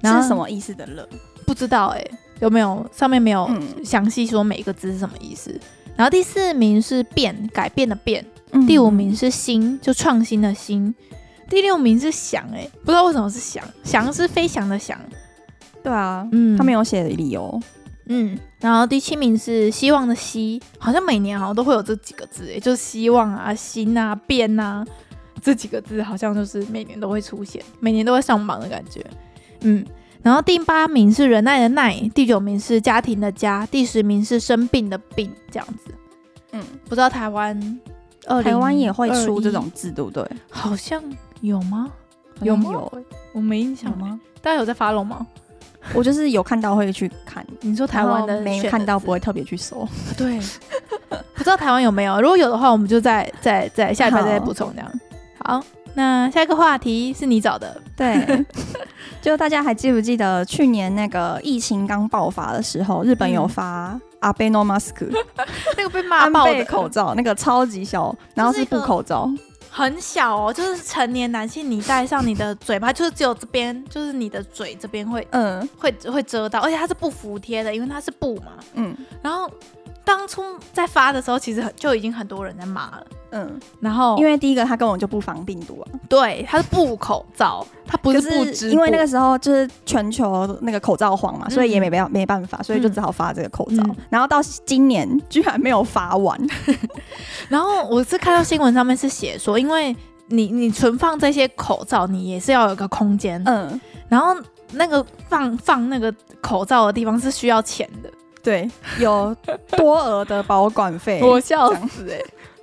[SPEAKER 1] 然后
[SPEAKER 2] 是什么意思的乐？
[SPEAKER 1] 不知道哎、有没有上面没有
[SPEAKER 2] 嗯
[SPEAKER 1] 详细说每个字是什么意思？然后第四名是变，改变的变，
[SPEAKER 2] 嗯
[SPEAKER 1] 第五名是新，就创新的新。第六名是想、欸，哎，不知道为什么是想，想是飞翔的翔，
[SPEAKER 2] 对啊，
[SPEAKER 1] 嗯，
[SPEAKER 2] 他没有写理由，
[SPEAKER 1] 嗯，然后第七名是希望的希，好像每年好像都会有这几个字，也就是希望啊、心啊、变啊这几个字，好像就是每年都会出现，每年都会上榜的感觉。嗯，然后第八名是忍耐的耐，第九名是家庭的家，第十名是生病的病，这样子。
[SPEAKER 2] 嗯，
[SPEAKER 1] 不知道台湾，2021
[SPEAKER 2] 台湾也会出这，种字，对不对？
[SPEAKER 1] 好像有吗？
[SPEAKER 2] 有
[SPEAKER 1] 吗？嗯
[SPEAKER 2] 有欸
[SPEAKER 1] 我没印
[SPEAKER 2] 有
[SPEAKER 1] 象吗？
[SPEAKER 2] 吗？
[SPEAKER 1] 大家有在发龙吗？
[SPEAKER 2] 我就是有看到会去看，
[SPEAKER 1] 你说台
[SPEAKER 2] 然后
[SPEAKER 1] 湾的
[SPEAKER 2] 没
[SPEAKER 1] 选
[SPEAKER 2] 看
[SPEAKER 1] 的
[SPEAKER 2] 到
[SPEAKER 1] 字
[SPEAKER 2] 不会特别去搜。
[SPEAKER 1] 对， 不知道台湾有没有？如果有的话，我们就再再再下一排再补充这样。好，那下一个话题是你找的，
[SPEAKER 2] 对， 就大家还记不记得去年那个疫情刚爆发的时候，日本有
[SPEAKER 1] 嗯
[SPEAKER 2] 发阿贝诺马斯克
[SPEAKER 1] 那个被骂
[SPEAKER 2] 安
[SPEAKER 1] 爆
[SPEAKER 2] 倍
[SPEAKER 1] 的
[SPEAKER 2] 口罩，那个超级小，然后
[SPEAKER 1] 就是一
[SPEAKER 2] 是
[SPEAKER 1] 个
[SPEAKER 2] 布口罩，
[SPEAKER 1] 很小哦，就是成年男性你戴上你的嘴巴，就是只有这边，就是你的嘴这边会
[SPEAKER 2] 嗯
[SPEAKER 1] 会会遮到，而且它是不服帖的，因为它是布嘛。
[SPEAKER 2] 嗯
[SPEAKER 1] 然后当初在发的时候，其实很就已经很多人在骂了。
[SPEAKER 2] 嗯，
[SPEAKER 1] 然后
[SPEAKER 2] 因为第一个它根本就不防病毒啊，
[SPEAKER 1] 对它是布口罩，它不
[SPEAKER 2] 可
[SPEAKER 1] 是不织
[SPEAKER 2] 因为那
[SPEAKER 1] 布
[SPEAKER 2] 个时候就是全球那个口罩荒嘛，所以也
[SPEAKER 1] 嗯
[SPEAKER 2] 没办没办法，所以就只好发这个口罩
[SPEAKER 1] 嗯。
[SPEAKER 2] 然后到今年居然没有发完，
[SPEAKER 1] 然后我是看到新闻上面是写说，因为你你存放这些口罩，你也是要有个空间，
[SPEAKER 2] 嗯，
[SPEAKER 1] 然后那个放放那个口罩的地方是需要钱的，。
[SPEAKER 2] 对，有多额的保管费
[SPEAKER 1] 笑
[SPEAKER 2] 这样
[SPEAKER 1] 死哎、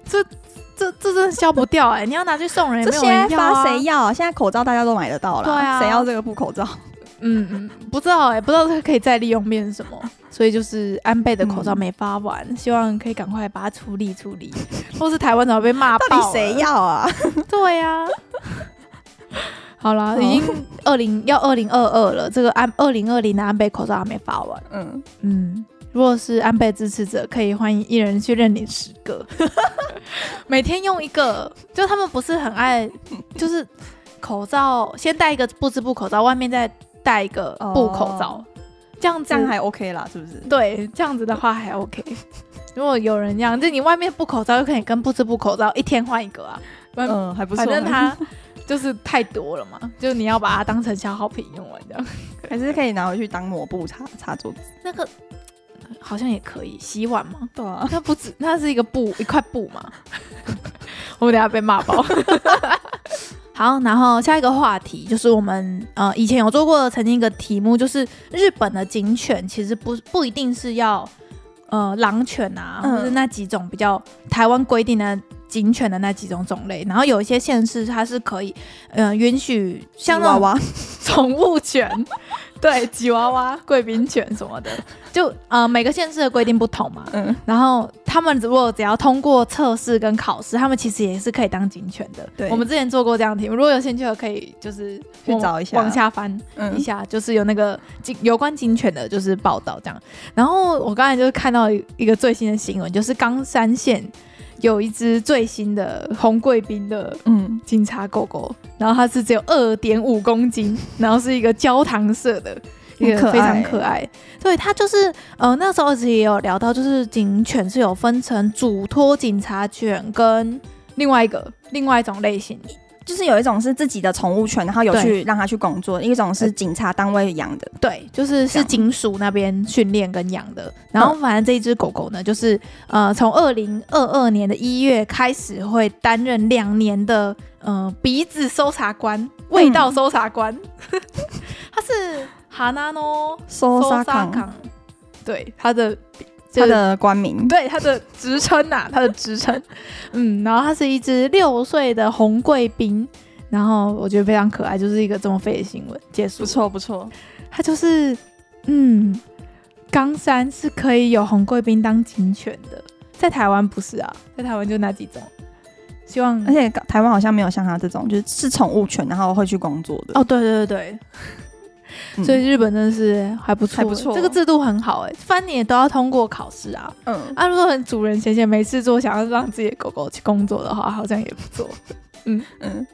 [SPEAKER 1] 这这这真的消不掉哎、你要拿去送人也
[SPEAKER 2] 这
[SPEAKER 1] 没有
[SPEAKER 2] 些
[SPEAKER 1] 人要、啊、
[SPEAKER 2] 发谁要啊？现在口罩大家都买得到了，
[SPEAKER 1] 对啊
[SPEAKER 2] 谁要这个 布口罩？
[SPEAKER 1] 嗯嗯，不知道哎、不知道它可以再利用变成什么，所以就是安倍的口罩
[SPEAKER 2] 嗯
[SPEAKER 1] 没发完，希望可以赶快把它处理处理，或是台湾早被骂爆
[SPEAKER 2] 到
[SPEAKER 1] 了，
[SPEAKER 2] 底谁要啊？
[SPEAKER 1] 对呀、 好啦，
[SPEAKER 2] 好
[SPEAKER 1] 已经二零要二零二二了，这个安二零二零的安倍口罩还没发完。
[SPEAKER 2] 嗯，
[SPEAKER 1] 嗯，如果是安倍支持者，可以欢迎一人去认领十 个，每天用一个。就他们不是很爱，就是口罩先戴一个不织布口罩，外面再戴一个布口罩，
[SPEAKER 2] 哦
[SPEAKER 1] 这样子
[SPEAKER 2] 这样还 OK 啦，是不是？
[SPEAKER 1] 对，这样子的话还 OK。如 果有人这样，就你外面布口罩，就可以跟不织布口罩一天换一个啊。嗯
[SPEAKER 2] 嗯，还不错。
[SPEAKER 1] 反正它就是太多了嘛，就你要把它当成消耗品用完这样。
[SPEAKER 2] 还是可以拿回去当抹布擦擦桌子。
[SPEAKER 1] 那个好像也可以洗碗吗？
[SPEAKER 2] 对啊，
[SPEAKER 1] 那不止，那是一个布，一块布嘛。 我们等一下被骂爆。 好，然后下一个话题就是我们呃以前有做过曾经一个题目，就是日本的警犬其实不不一定是要呃狼犬啊，
[SPEAKER 2] 嗯
[SPEAKER 1] 或是那几种比较台湾规定的警犬的那几种种类，然后有一些县市它是可以呃允许像那
[SPEAKER 2] 娃
[SPEAKER 1] 种
[SPEAKER 2] 娃，
[SPEAKER 1] 宠物犬，对，吉娃娃、贵宾犬什么的，就呃每个县市的规定不同嘛。
[SPEAKER 2] 嗯，
[SPEAKER 1] 然后他们如果只要通过测试跟考试，他们其实也是可以当警犬的。
[SPEAKER 2] 对
[SPEAKER 1] 我们之前做过这样的题目，如果有兴趣的可以就是
[SPEAKER 2] 去
[SPEAKER 1] 往
[SPEAKER 2] 找一下
[SPEAKER 1] 往下翻一
[SPEAKER 2] 嗯，
[SPEAKER 1] 下，就是有那个警有关警犬的，就是报道这样。然后我刚才就看到一个最新的新闻，就是冈山县有一只最新的红贵宾的
[SPEAKER 2] 嗯，
[SPEAKER 1] 警察狗狗，然后它是只有二点五公斤， 然后是一个焦糖色的，
[SPEAKER 2] 很
[SPEAKER 1] 也
[SPEAKER 2] 可爱
[SPEAKER 1] 非常可爱。对，它就是呃那时候其实也有聊到，就是警犬是有分成嘱托警察犬跟另外一个另外一种类型。
[SPEAKER 2] 就是有一种是自己的宠物犬，然后有
[SPEAKER 1] 对
[SPEAKER 2] 去让它去工作；一种是警察单位养的，
[SPEAKER 1] 对，就是
[SPEAKER 2] 这
[SPEAKER 1] 是
[SPEAKER 2] 样
[SPEAKER 1] 警署那边训练跟养的。然后反正这一只狗狗呢，就是呃，从二零二二年的一月开始会担任两年的呃鼻子搜查
[SPEAKER 2] 嗯
[SPEAKER 1] 官、味道搜查官。 它是哈纳诺
[SPEAKER 2] 搜
[SPEAKER 1] 搜
[SPEAKER 2] 沙
[SPEAKER 1] 查
[SPEAKER 2] 康，
[SPEAKER 1] 岗，对它的就
[SPEAKER 2] 它
[SPEAKER 1] 是
[SPEAKER 2] 的官名。
[SPEAKER 1] 对它的职称呐，它的职称， 嗯，然后它是一只六岁的红贵宾。然后我觉得非常可爱，就是一个这么废的新闻结束。
[SPEAKER 2] 错不错，
[SPEAKER 1] 它就是，嗯，冈山是可以有红贵宾当警犬的，在台湾不是啊，在台湾就那几种。希望
[SPEAKER 2] 而，且台湾好像没有像它这种，就是是宠物犬，然后会去工作的。
[SPEAKER 1] 哦，对对对对，
[SPEAKER 2] 嗯
[SPEAKER 1] 所以日本真的是还不错，
[SPEAKER 2] 还不错
[SPEAKER 1] 这个制度很好哎、翻脸都要通过考试啊。
[SPEAKER 2] 嗯，
[SPEAKER 1] 啊，如果主人闲闲没事做，想要让自己的狗狗去工作的话，好像也不 错。
[SPEAKER 2] 嗯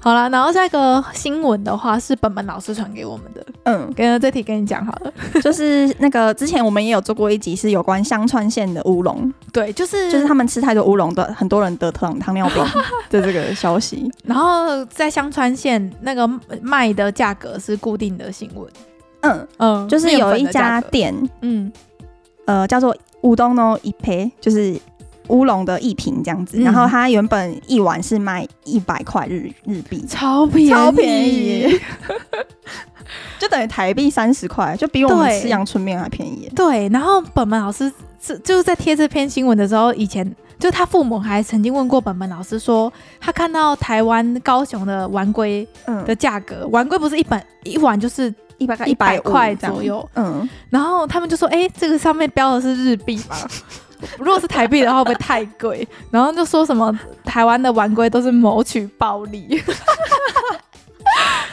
[SPEAKER 1] 好啦，然后下一个新闻的话是本本老师传给我们的，
[SPEAKER 2] 嗯，
[SPEAKER 1] 跟这题跟你讲好了。
[SPEAKER 2] 就是那个之前我们也有做过一集，是有关香川县的乌龙，
[SPEAKER 1] 对，就是
[SPEAKER 2] 就是他们吃太多乌龙的，很多人得糖糖尿 病的这个消息。
[SPEAKER 1] 然后在香川县那个卖的价格是固定的新闻，
[SPEAKER 2] 嗯，
[SPEAKER 1] 嗯，
[SPEAKER 2] 就是有
[SPEAKER 1] 面
[SPEAKER 2] 一
[SPEAKER 1] 粉的
[SPEAKER 2] 家
[SPEAKER 1] 价格，
[SPEAKER 2] 店，
[SPEAKER 1] 嗯
[SPEAKER 2] 呃，叫做乌冬呢一杯，就是乌龙的一瓶这样子。
[SPEAKER 1] 嗯
[SPEAKER 2] 然后它原本一碗是卖一百块日日币，
[SPEAKER 1] 超便宜，
[SPEAKER 2] 超便宜 就等于台币三十块，就比我们
[SPEAKER 1] 对
[SPEAKER 2] 吃阳春面还便宜 耶。
[SPEAKER 1] 对，然后本本老师是就是在贴这篇新闻的时候，以前就他父母还曾经问过本本老师说，他看到台湾高雄的丸龟
[SPEAKER 2] 嗯，
[SPEAKER 1] 的价格，丸龟不是一本一碗就是
[SPEAKER 2] 一百
[SPEAKER 1] 一百块左。右，
[SPEAKER 2] 嗯，
[SPEAKER 1] 然后他们就说，哎、这个上面标的是日币 吧？如果是台币的话，会不会太贵？然后就说什么台湾的玩龟都是谋取暴利，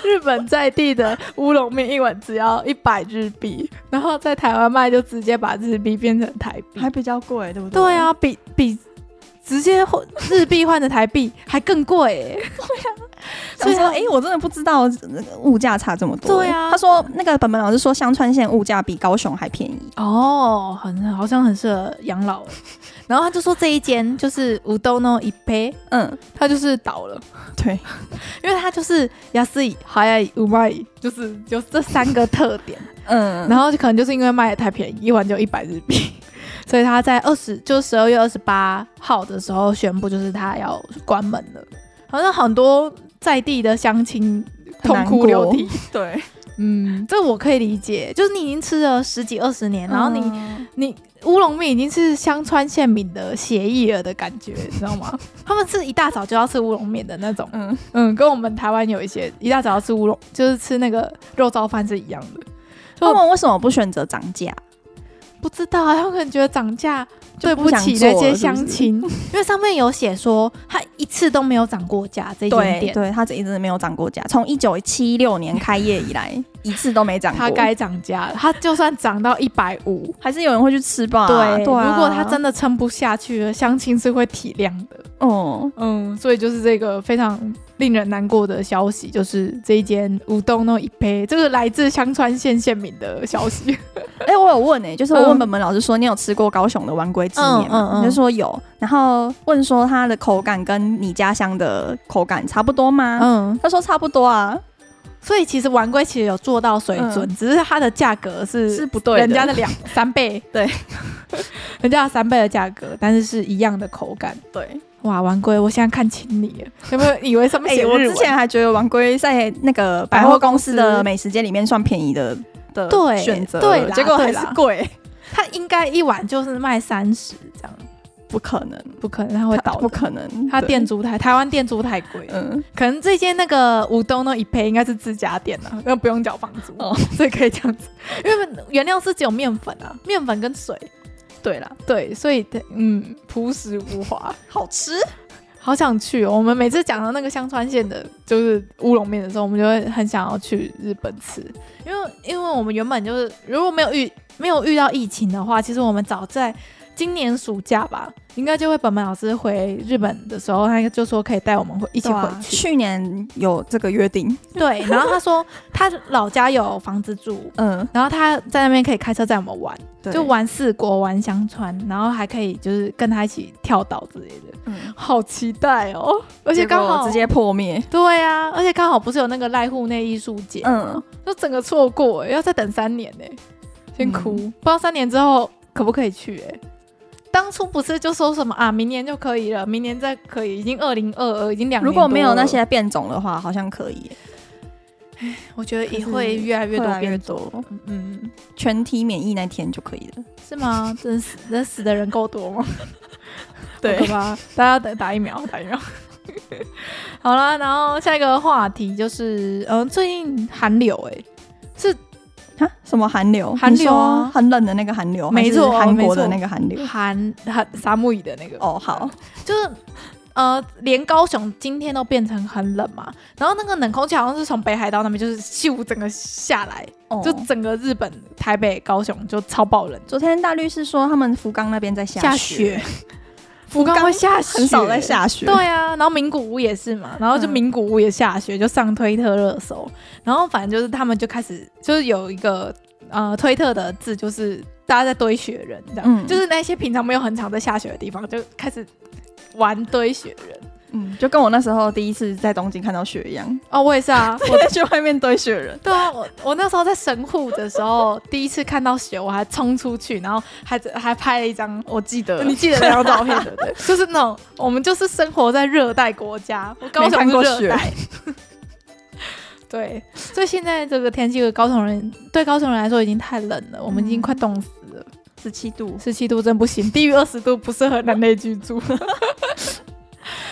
[SPEAKER 1] 日本在地的乌龙面一碗只要一百日币，然后在台湾卖就直接把日币变成台币。
[SPEAKER 2] 还比较贵，对不对？
[SPEAKER 1] 对，啊，比比直接换日币换成台币还更贵、 欸。
[SPEAKER 2] 所以啊说，
[SPEAKER 1] 所以他
[SPEAKER 2] 哎、我真的不知道呃物价差这么多。
[SPEAKER 1] 对啊
[SPEAKER 2] 他说那个本本老师说，香川县物价比高雄还便宜。
[SPEAKER 1] 哦，很好像很适合养 老。然后他就说这一间就是五豆诺一杯，
[SPEAKER 2] 嗯，
[SPEAKER 1] 他就是倒了。
[SPEAKER 2] 对，
[SPEAKER 1] 因为它就是雅思乙、好雅乙、五麦乙，就是有这三个特点，
[SPEAKER 2] 嗯，
[SPEAKER 1] 然后就可能就是因为卖的太便宜，一碗就一百日币， 所以他在二十就十二月二十八号的时候宣布，就是他要关门了，好像很多在地的乡亲
[SPEAKER 2] 很
[SPEAKER 1] 痛
[SPEAKER 2] 难
[SPEAKER 1] 哭流涕，
[SPEAKER 2] 对，
[SPEAKER 1] 嗯，这我可以理解，就是你已经吃了十几二十
[SPEAKER 2] 嗯
[SPEAKER 1] 年，然后你、你乌龙面已经是香川县民的协议了的感觉，你知道吗？ 他们是一大早就要吃乌龙面的那种。
[SPEAKER 2] 嗯，
[SPEAKER 1] 嗯，跟我们台湾有一些一大早要吃乌龙，就是吃那个肉燥饭是一样的。
[SPEAKER 2] 他们为什么不选择涨价？
[SPEAKER 1] 不知道啊，他们可能觉得涨价对
[SPEAKER 2] 不
[SPEAKER 1] 不
[SPEAKER 2] 想
[SPEAKER 1] 起
[SPEAKER 2] 做
[SPEAKER 1] 那些
[SPEAKER 2] 了是不
[SPEAKER 1] 乡
[SPEAKER 2] 是
[SPEAKER 1] 亲，因为上面有写说他一次都没有涨过价这间
[SPEAKER 2] 对
[SPEAKER 1] 店，
[SPEAKER 2] 对，他一直没有涨过价，从一九七六年开业以来，一次都没涨 过。
[SPEAKER 1] 他该涨价了。他就算涨到一百五，
[SPEAKER 2] 还是有人会去吃吧？
[SPEAKER 1] 对，
[SPEAKER 2] 对啊、
[SPEAKER 1] 如果他真的撑不下去了，乡亲是会体谅的。
[SPEAKER 2] 哦，
[SPEAKER 1] 嗯，所以就是这个非常令人难过的消息，就是这一间乌冬弄一杯，这个来自香川县县民的消 息。
[SPEAKER 2] 哎、我有问哎、就是我
[SPEAKER 1] 嗯
[SPEAKER 2] 问本本老师说，你有吃过高雄的丸龟之面吗？
[SPEAKER 1] 嗯嗯嗯
[SPEAKER 2] 你就说有，然后问说它的口感跟你家乡的口感差不多吗？
[SPEAKER 1] 嗯，
[SPEAKER 2] 他说差不多啊，
[SPEAKER 1] 所以其实玩龟其实有做到水准，只是它的价格嗯是
[SPEAKER 2] 是不对的
[SPEAKER 1] 人家的 两三倍，
[SPEAKER 2] 对，
[SPEAKER 1] 人家的三倍的价格，但是是一样的口感。
[SPEAKER 2] 对。
[SPEAKER 1] 哇，玩龟，我现在看清你了，有没有以为上面
[SPEAKER 2] 哎、
[SPEAKER 1] 写日
[SPEAKER 2] 我
[SPEAKER 1] 文？
[SPEAKER 2] 之前还觉得丸龟在那个百货公司的美食街里面算便宜的的
[SPEAKER 1] 对
[SPEAKER 2] 选择，
[SPEAKER 1] 对啦
[SPEAKER 2] 结果还
[SPEAKER 1] 对
[SPEAKER 2] 是
[SPEAKER 1] 啦
[SPEAKER 2] 贵，
[SPEAKER 1] 它应该一碗就是卖三十这样，
[SPEAKER 2] 不可能，
[SPEAKER 1] 不可能，它会
[SPEAKER 2] 它
[SPEAKER 1] 倒的。
[SPEAKER 2] 不可能，
[SPEAKER 1] 它
[SPEAKER 2] 对
[SPEAKER 1] 店租太，台湾店租太贵了，
[SPEAKER 2] 嗯，
[SPEAKER 1] 可能这间那个五东呢一配应该是自家店啊，那不用缴房租，
[SPEAKER 2] 嗯哦
[SPEAKER 1] 所以可以这样子。因为原料是只有面粉啊，面粉跟水，
[SPEAKER 2] 对啦，
[SPEAKER 1] 对，所以嗯朴实无华。
[SPEAKER 2] 好吃，
[SPEAKER 1] 好想去、哦！我们每次讲到那个香川县的，就是乌龙面的时候，我们就会很想要去日本吃，因为因为我们原本就是如果没有遇没有遇到疫情的话，其实我们早在今年暑假吧，应该就会本本老师回日本的时候，他就说可以带我们回一
[SPEAKER 2] 一
[SPEAKER 1] 起回去。
[SPEAKER 2] 去年有这个约定，
[SPEAKER 1] 对，然后他说他老家有房子住，
[SPEAKER 2] 嗯，
[SPEAKER 1] 然后他在那边可以开车载我们玩，
[SPEAKER 2] 对
[SPEAKER 1] 就，玩四国、玩香川，然后还可以就是跟他一起跳岛之类的，
[SPEAKER 2] 嗯
[SPEAKER 1] 好期待哦！而
[SPEAKER 2] 而
[SPEAKER 1] 且刚好
[SPEAKER 2] 直接破灭，
[SPEAKER 1] 对啊，而且刚好不是有那个濑户内艺术节，
[SPEAKER 2] 嗯，
[SPEAKER 1] 就整个错过、欸，要再等三年呢、先哭，
[SPEAKER 2] 嗯
[SPEAKER 1] 不知道三年之后可不可以去、欸？当初不是就说什么啊，明年就可以了，明年再可以，已经二零二二，已经两年
[SPEAKER 2] 如果没有
[SPEAKER 1] 多了
[SPEAKER 2] 那，些变种的话，好像可以
[SPEAKER 1] 我觉得也
[SPEAKER 2] 可是
[SPEAKER 1] 会越来越多
[SPEAKER 2] 越
[SPEAKER 1] 变种。
[SPEAKER 2] 多，
[SPEAKER 1] 嗯，
[SPEAKER 2] 全体免疫那天就可以了。
[SPEAKER 1] 是吗？真死，真死的人够多吗？好
[SPEAKER 2] 对
[SPEAKER 1] 可，怕，大家打打疫苗，打疫苗。 好啦，然后下一个话题就是，嗯、最近寒流、欸，是
[SPEAKER 2] 啊，什么寒流？
[SPEAKER 1] 寒流啊
[SPEAKER 2] 你说很冷的那个寒流，
[SPEAKER 1] 没错
[SPEAKER 2] 还是韩国的
[SPEAKER 1] 没错
[SPEAKER 2] 那个寒流。
[SPEAKER 1] 韩韩沙木椅的那个
[SPEAKER 2] 哦，好，
[SPEAKER 1] 就是呃，连高雄今天都变成很冷嘛，然后那个冷空气好像是从北海道那边就是咻整个下来，就
[SPEAKER 2] 就
[SPEAKER 1] 整个日本台北、高雄就超爆冷，
[SPEAKER 2] 昨天大律师说他们福冈那边在
[SPEAKER 1] 下
[SPEAKER 2] 雪，
[SPEAKER 1] 雪，福冈会下雪，
[SPEAKER 2] 很少在。下雪。
[SPEAKER 1] 对，啊，然后名古屋也是嘛，然后就
[SPEAKER 2] 嗯
[SPEAKER 1] 名古屋也下雪，就上推特热搜，然后反正就是他们就开始就是有一个呃推特的字，就是大家在堆雪人这样，
[SPEAKER 2] 嗯
[SPEAKER 1] 就是那些平常没有很常在下雪的地方，就开始玩堆雪人。
[SPEAKER 2] 嗯，就跟我那时候第一次在东京看到雪一样，
[SPEAKER 1] 哦，我也是啊，
[SPEAKER 2] 我在去外面堆雪人。
[SPEAKER 1] 对啊，我我那时候在神户的时候，第一次看到雪，我还冲出去，然后还还拍了一张，
[SPEAKER 2] 我记得
[SPEAKER 1] 你记得那张照片对不对？ 就是那种我们就是生活在热带国家，我高
[SPEAKER 2] 没看
[SPEAKER 1] 雄
[SPEAKER 2] 过
[SPEAKER 1] 是热
[SPEAKER 2] 雪
[SPEAKER 1] 带，对，所以现在这个天气对高雄人对高雄人来说已经太冷了，我们已经快冻死了，
[SPEAKER 2] 十七度，
[SPEAKER 1] 十七度真不行，低于二十度不适合人类居住。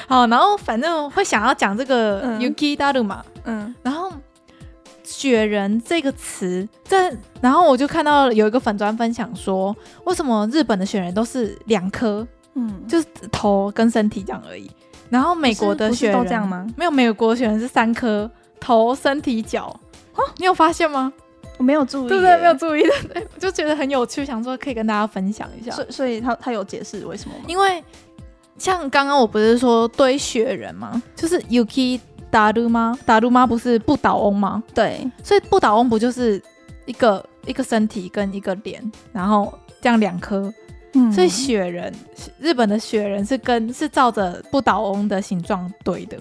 [SPEAKER 1] 好，然后反正会想要讲这个
[SPEAKER 2] 嗯
[SPEAKER 1] Yuki Daru 嘛，
[SPEAKER 2] 嗯
[SPEAKER 1] 然后“雪人”这个词，在然后我就看到有一个粉砖分享说，为什么日本的雪人都是两颗，
[SPEAKER 2] 嗯，
[SPEAKER 1] 就是头跟身体这样而已，然后美国的
[SPEAKER 2] 不是
[SPEAKER 1] 雪人
[SPEAKER 2] 不是都这样吗？
[SPEAKER 1] 没有，美国的雪人是三颗，头、身体、脚。哦你有发现吗？
[SPEAKER 2] 我没有注意，
[SPEAKER 1] 对不对？没有，注意的，对我就觉得很有趣，想说可以跟大家分享一下。
[SPEAKER 2] 所以所以他他有解释为什么吗？
[SPEAKER 1] 因为像刚刚我不是说堆雪人吗？就是 Yuki 达鲁吗？达鲁吗？不是不倒翁吗？
[SPEAKER 2] 对，
[SPEAKER 1] 所以不倒翁不就是一个一个身体跟一个脸，然后这样两颗。
[SPEAKER 2] 嗯
[SPEAKER 1] 所以雪人，日本的雪人是跟是照着不倒翁的形状堆的，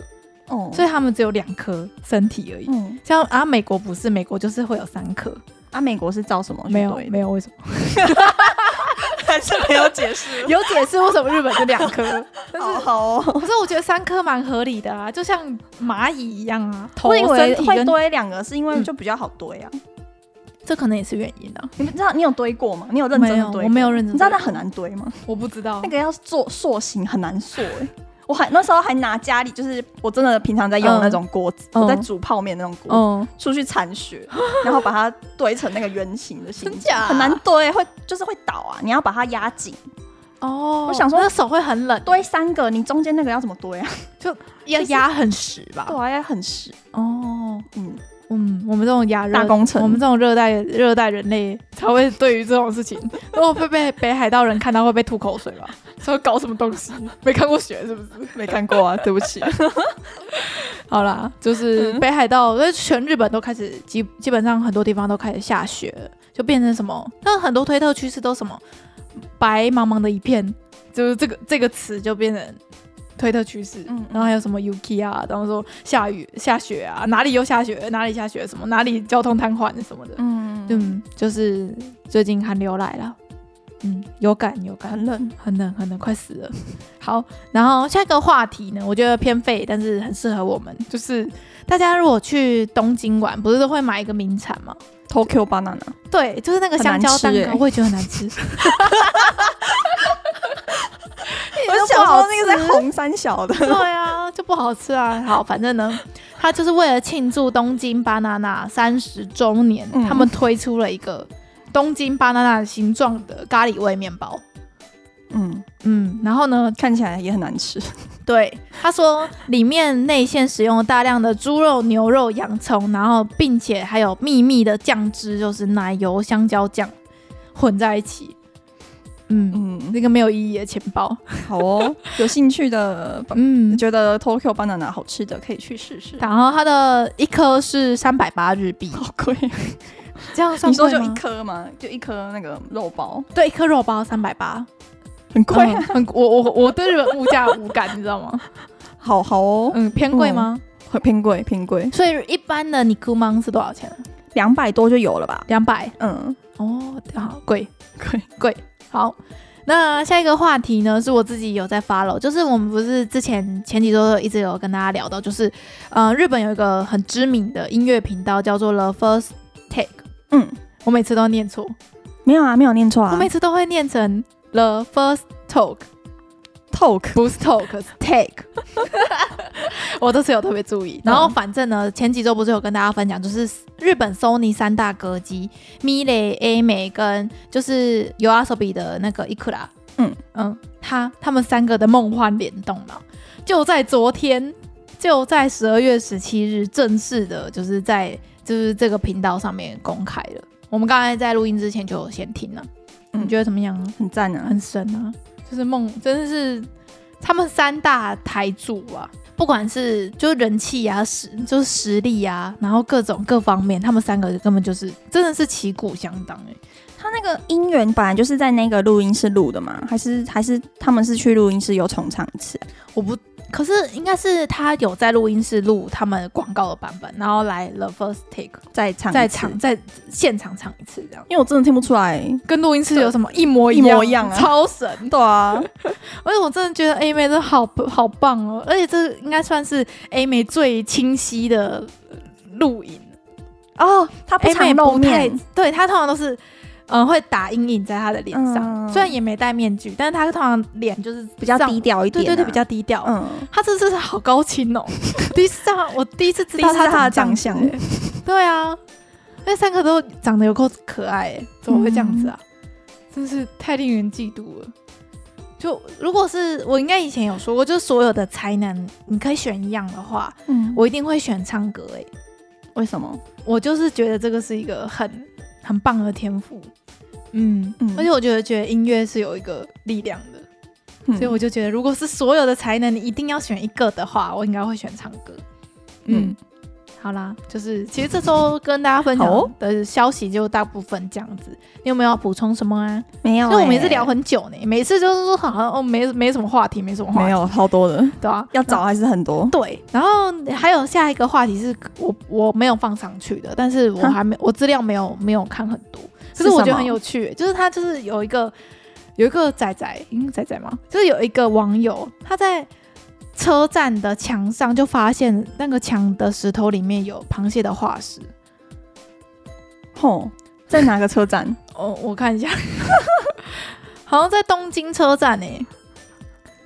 [SPEAKER 2] 哦，
[SPEAKER 1] 所
[SPEAKER 2] 以
[SPEAKER 1] 以他们只有两颗身体而已。
[SPEAKER 2] 嗯，
[SPEAKER 1] 像啊，美国不是美国就是会有三颗，
[SPEAKER 2] 啊，美国是照什么去
[SPEAKER 1] 没有
[SPEAKER 2] 对的？
[SPEAKER 1] 没有为什么？
[SPEAKER 2] 还是没 有解释
[SPEAKER 1] 有解释为什么日本就两 颗，但
[SPEAKER 2] 好
[SPEAKER 1] 是
[SPEAKER 2] 好哦，
[SPEAKER 1] 可是我觉得三颗蛮合理的啊，就像蚂蚁一样啊，头
[SPEAKER 2] 我以
[SPEAKER 1] 身
[SPEAKER 2] 为
[SPEAKER 1] 体
[SPEAKER 2] 会
[SPEAKER 1] 跟
[SPEAKER 2] 堆两个，是因为
[SPEAKER 1] 嗯
[SPEAKER 2] 就比较好堆啊。
[SPEAKER 1] 这可能也是原因啊，
[SPEAKER 2] 你们知道你有堆过吗？你有认
[SPEAKER 1] 没
[SPEAKER 2] 真的
[SPEAKER 1] 有
[SPEAKER 2] 堆过
[SPEAKER 1] 我没有认真
[SPEAKER 2] 你知道那
[SPEAKER 1] 堆过
[SPEAKER 2] 很难堆哦吗？
[SPEAKER 1] 我不知道
[SPEAKER 2] 那。个要做塑形很难塑哎、我还那时候还拿家里就是我真的平常在用那种锅子，
[SPEAKER 1] 嗯
[SPEAKER 2] 我在煮泡面那种锅子、
[SPEAKER 1] 嗯，
[SPEAKER 2] 出去铲雪， 然后把它堆成那个圆形的 形
[SPEAKER 1] 真
[SPEAKER 2] 状，
[SPEAKER 1] 假
[SPEAKER 2] 很难堆，会就是会倒啊！你要把它压紧，
[SPEAKER 1] 哦，
[SPEAKER 2] 我想说
[SPEAKER 1] 那手会很冷，
[SPEAKER 2] 堆三个，你中间那个要怎么堆啊？
[SPEAKER 1] 要压很实吧
[SPEAKER 2] 对？啊，要很实，
[SPEAKER 1] 哦，
[SPEAKER 2] 嗯，
[SPEAKER 1] 嗯，我们这种亚热
[SPEAKER 2] 大工程
[SPEAKER 1] 我们这种热带热带人类才会对于这种事情，如果被被北海道人看到会被吐口水吧？说搞什么东西， 没看过雪是不是？
[SPEAKER 2] 没看过 啊，对不起。
[SPEAKER 1] 好啦，就是
[SPEAKER 2] 嗯
[SPEAKER 1] 北海道，因为全日本都开始基基本上很多地方都开始下雪了，就变成什么？那很多推特趋势都什么白茫茫的一片，就是这个这个词就变成推特趋势。
[SPEAKER 2] 嗯
[SPEAKER 1] 然后还有什么 Yuki 啊，然后说下雨下雪啊，哪里又下雪，哪里下雪什么，哪里交通瘫痪什么的。
[SPEAKER 2] 嗯嗯，
[SPEAKER 1] 嗯，就是最近寒流来了，嗯，有感有感，
[SPEAKER 2] 很冷，
[SPEAKER 1] 很冷很冷，快死了。 好，然后下一个话题呢，我觉得偏废，但是很适合我们，就是大家如果去东京玩，不是都会买一个名产吗？
[SPEAKER 2] Tokyo banana，
[SPEAKER 1] 对，就是那个香蕉蛋
[SPEAKER 2] 很难吃
[SPEAKER 1] 糕，
[SPEAKER 2] 欸
[SPEAKER 1] 我也觉得很难 吃。
[SPEAKER 2] 我
[SPEAKER 1] 我
[SPEAKER 2] 想说那个在红山小的，
[SPEAKER 1] 对啊，就不好吃啊。好，反正呢，他就是为了庆祝东京巴娜娜三十周年，
[SPEAKER 2] 嗯
[SPEAKER 1] 他们推出了一个东京巴娜娜形状的咖喱味面包。
[SPEAKER 2] 嗯，
[SPEAKER 1] 嗯，然后呢，
[SPEAKER 2] 看起来也很难吃，
[SPEAKER 1] 对，他说里面内馅使用了大量的猪肉、牛肉、洋葱，然后并且还有秘密的酱汁，就是奶油、香蕉酱混在一起。嗯，
[SPEAKER 2] 嗯。
[SPEAKER 1] 那个没有意义的钱包。
[SPEAKER 2] 好哦， 有兴趣的，
[SPEAKER 1] 嗯，
[SPEAKER 2] 觉得 Tokyo banana 好吃的可以去试试。
[SPEAKER 1] 然后它的一颗是三百八日币，
[SPEAKER 2] 好 贵，
[SPEAKER 1] 这样算
[SPEAKER 2] 你说
[SPEAKER 1] 贵
[SPEAKER 2] 就一
[SPEAKER 1] 吗？
[SPEAKER 2] 颗吗？就一颗那个肉包，
[SPEAKER 1] 对，一颗肉包三百八，
[SPEAKER 2] 很贵啊、
[SPEAKER 1] 嗯很我我我对日本物价无感，你知道吗？
[SPEAKER 2] 好好哦，
[SPEAKER 1] 嗯，偏贵吗？
[SPEAKER 2] 很偏贵，偏贵，
[SPEAKER 1] 所以一般的你库芒是多少钱？
[SPEAKER 2] 两百多就有了吧？
[SPEAKER 1] 两百
[SPEAKER 2] 嗯，
[SPEAKER 1] 哦，好贵。
[SPEAKER 2] 贵，
[SPEAKER 1] 好，那下一个话题呢，是我自己有在 follow，就是我们不是之前前几周一直有跟大家聊到，就是呃，日本有一个很知名的音乐频道叫做 The First Take，
[SPEAKER 2] 嗯，
[SPEAKER 1] 我每次都念错，
[SPEAKER 2] 没有啊，没有念错啊。
[SPEAKER 1] 我每次都会念成 The First Talk，
[SPEAKER 2] talk，
[SPEAKER 1] 不是 Talk，是 Take。我这次有特别注意，然后反正呢，前几周不是有跟大家分享，就是日本 Sony 三大歌姬 Mile、A 美跟就是 y o a s o b i 的那个 Ikura，
[SPEAKER 2] 嗯
[SPEAKER 1] 嗯，他他们三个的梦幻联动嘛，就在昨天，就在十二月十七日正式的，就是在就是这个频道上面公开了。我们刚才在录音之前就有先听了，
[SPEAKER 2] 嗯
[SPEAKER 1] 你觉得怎么样啊？
[SPEAKER 2] 很赞啊。
[SPEAKER 1] 很神啊，就是梦，真的是他们三大台柱啊，不管是就是人气啊，实就是实力啊，然后各种各方面，他们三个根本就是真的是旗鼓相当哎、
[SPEAKER 2] 他那个音源本来就是在那个录音室录的嘛，还是还是他们是去录音室有重唱一次啊、
[SPEAKER 1] 我不，可是应该是他有在录音室录他们广告的版本，然后来 The First Take
[SPEAKER 2] 再唱一次
[SPEAKER 1] 再唱，再现场唱一次这样。
[SPEAKER 2] 因为我真的听不出来。
[SPEAKER 1] 跟录音室有什么一模一样，
[SPEAKER 2] 一模一样啊
[SPEAKER 1] 超神！
[SPEAKER 2] 对啊，
[SPEAKER 1] 而且我真的觉得 A 妹这好好棒哦，而且这应该算是 A 妹最清晰的露营，
[SPEAKER 2] 哦，他不
[SPEAKER 1] A 哎妹
[SPEAKER 2] 常露
[SPEAKER 1] 不太
[SPEAKER 2] 面，，
[SPEAKER 1] 对她通常都是嗯会打阴影在她的脸上，
[SPEAKER 2] 嗯
[SPEAKER 1] 虽然也没戴面具，但是她通常脸就是
[SPEAKER 2] 比较
[SPEAKER 1] 上
[SPEAKER 2] 低，调一
[SPEAKER 1] 对
[SPEAKER 2] 点、啊，
[SPEAKER 1] 对对，比较低调。
[SPEAKER 2] 嗯，
[SPEAKER 1] 她这次是好高 清哦，第一次这样，我第一次知道
[SPEAKER 2] 第一次知道
[SPEAKER 1] 她
[SPEAKER 2] 她的
[SPEAKER 1] 长这样
[SPEAKER 2] 长
[SPEAKER 1] 子欸对啊，那三个都长得有够可爱欸，怎么会这样子啊？
[SPEAKER 2] 嗯
[SPEAKER 1] 真是太令人嫉妒了。就如果是我应该以前有说过，就是所有的才能你可以选一样的话，
[SPEAKER 2] 嗯
[SPEAKER 1] 我一定会选唱歌哎、
[SPEAKER 2] 为什么？
[SPEAKER 1] 我就是觉得这个是一个很很棒的天赋，嗯，
[SPEAKER 2] 嗯
[SPEAKER 1] 而且我觉得觉得音乐是有一个力量的，
[SPEAKER 2] 嗯
[SPEAKER 1] 所以我就觉得如果是所有的才能你一定要选一个的话，我应该会选唱歌。嗯，
[SPEAKER 2] 嗯
[SPEAKER 1] 好啦，就是其实这周跟大家分
[SPEAKER 2] 好
[SPEAKER 1] 享
[SPEAKER 2] 哦
[SPEAKER 1] 的消息就大部分这样子，你有没有要补充什么啊？
[SPEAKER 2] 没有、
[SPEAKER 1] 因
[SPEAKER 2] 欸，
[SPEAKER 1] 为我们也是聊很久呢，每次就是说好像哦没没什么话题，没什么话题，
[SPEAKER 2] 没有超多的，
[SPEAKER 1] 对啊，
[SPEAKER 2] 要找还是很多。
[SPEAKER 1] 对，然后还有下一个话题是我我没有放上去的，但是我
[SPEAKER 2] 哈
[SPEAKER 1] 还没我资料没有没有看很多，可
[SPEAKER 2] 是
[SPEAKER 1] 是我觉
[SPEAKER 2] 什
[SPEAKER 1] 得
[SPEAKER 2] 么
[SPEAKER 1] 很有趣，就是他就是有一个有一个仔仔，嗯，仔仔吗？就是有一个网友他在车站的墙上就发现那个墙的石头里面有螃蟹的化石，
[SPEAKER 2] 吼、在哪个车站？
[SPEAKER 1] 哦，我看一下， 好像在东京车站诶、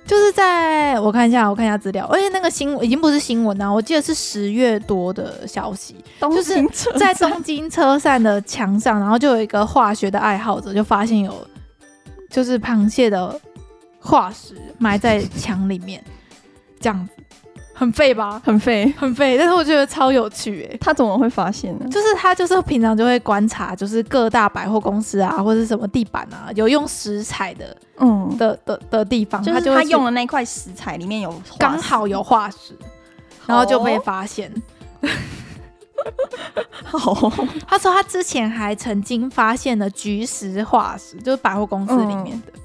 [SPEAKER 1] 就是在我看一下，我看一下资料，而且那个新已经不是新闻啦、啊我记得是十月多的消息，
[SPEAKER 2] 东
[SPEAKER 1] 就是
[SPEAKER 2] 京车
[SPEAKER 1] 在东京车站的墙上，然后就有一个化学的爱好者就发现有就是螃蟹的化石埋在墙里面，这样子很废吧？
[SPEAKER 2] 很废，
[SPEAKER 1] 很废，但是我觉得超有趣诶、欸
[SPEAKER 2] 他怎么会发现呢？
[SPEAKER 1] 就是他就是平常就会观察，就是各大百货公司啊，或者是什么地板啊，有用石材的
[SPEAKER 2] 嗯，
[SPEAKER 1] 的的的地方，
[SPEAKER 2] 就是
[SPEAKER 1] 他就
[SPEAKER 2] 他
[SPEAKER 1] 会
[SPEAKER 2] 用的那块石材里面有化石
[SPEAKER 1] 刚好有化石，然后就被
[SPEAKER 2] 好
[SPEAKER 1] 发现。
[SPEAKER 2] 好，
[SPEAKER 1] 他说他之前还曾经发现了菊石化石，就是百货公司里面的。
[SPEAKER 2] 嗯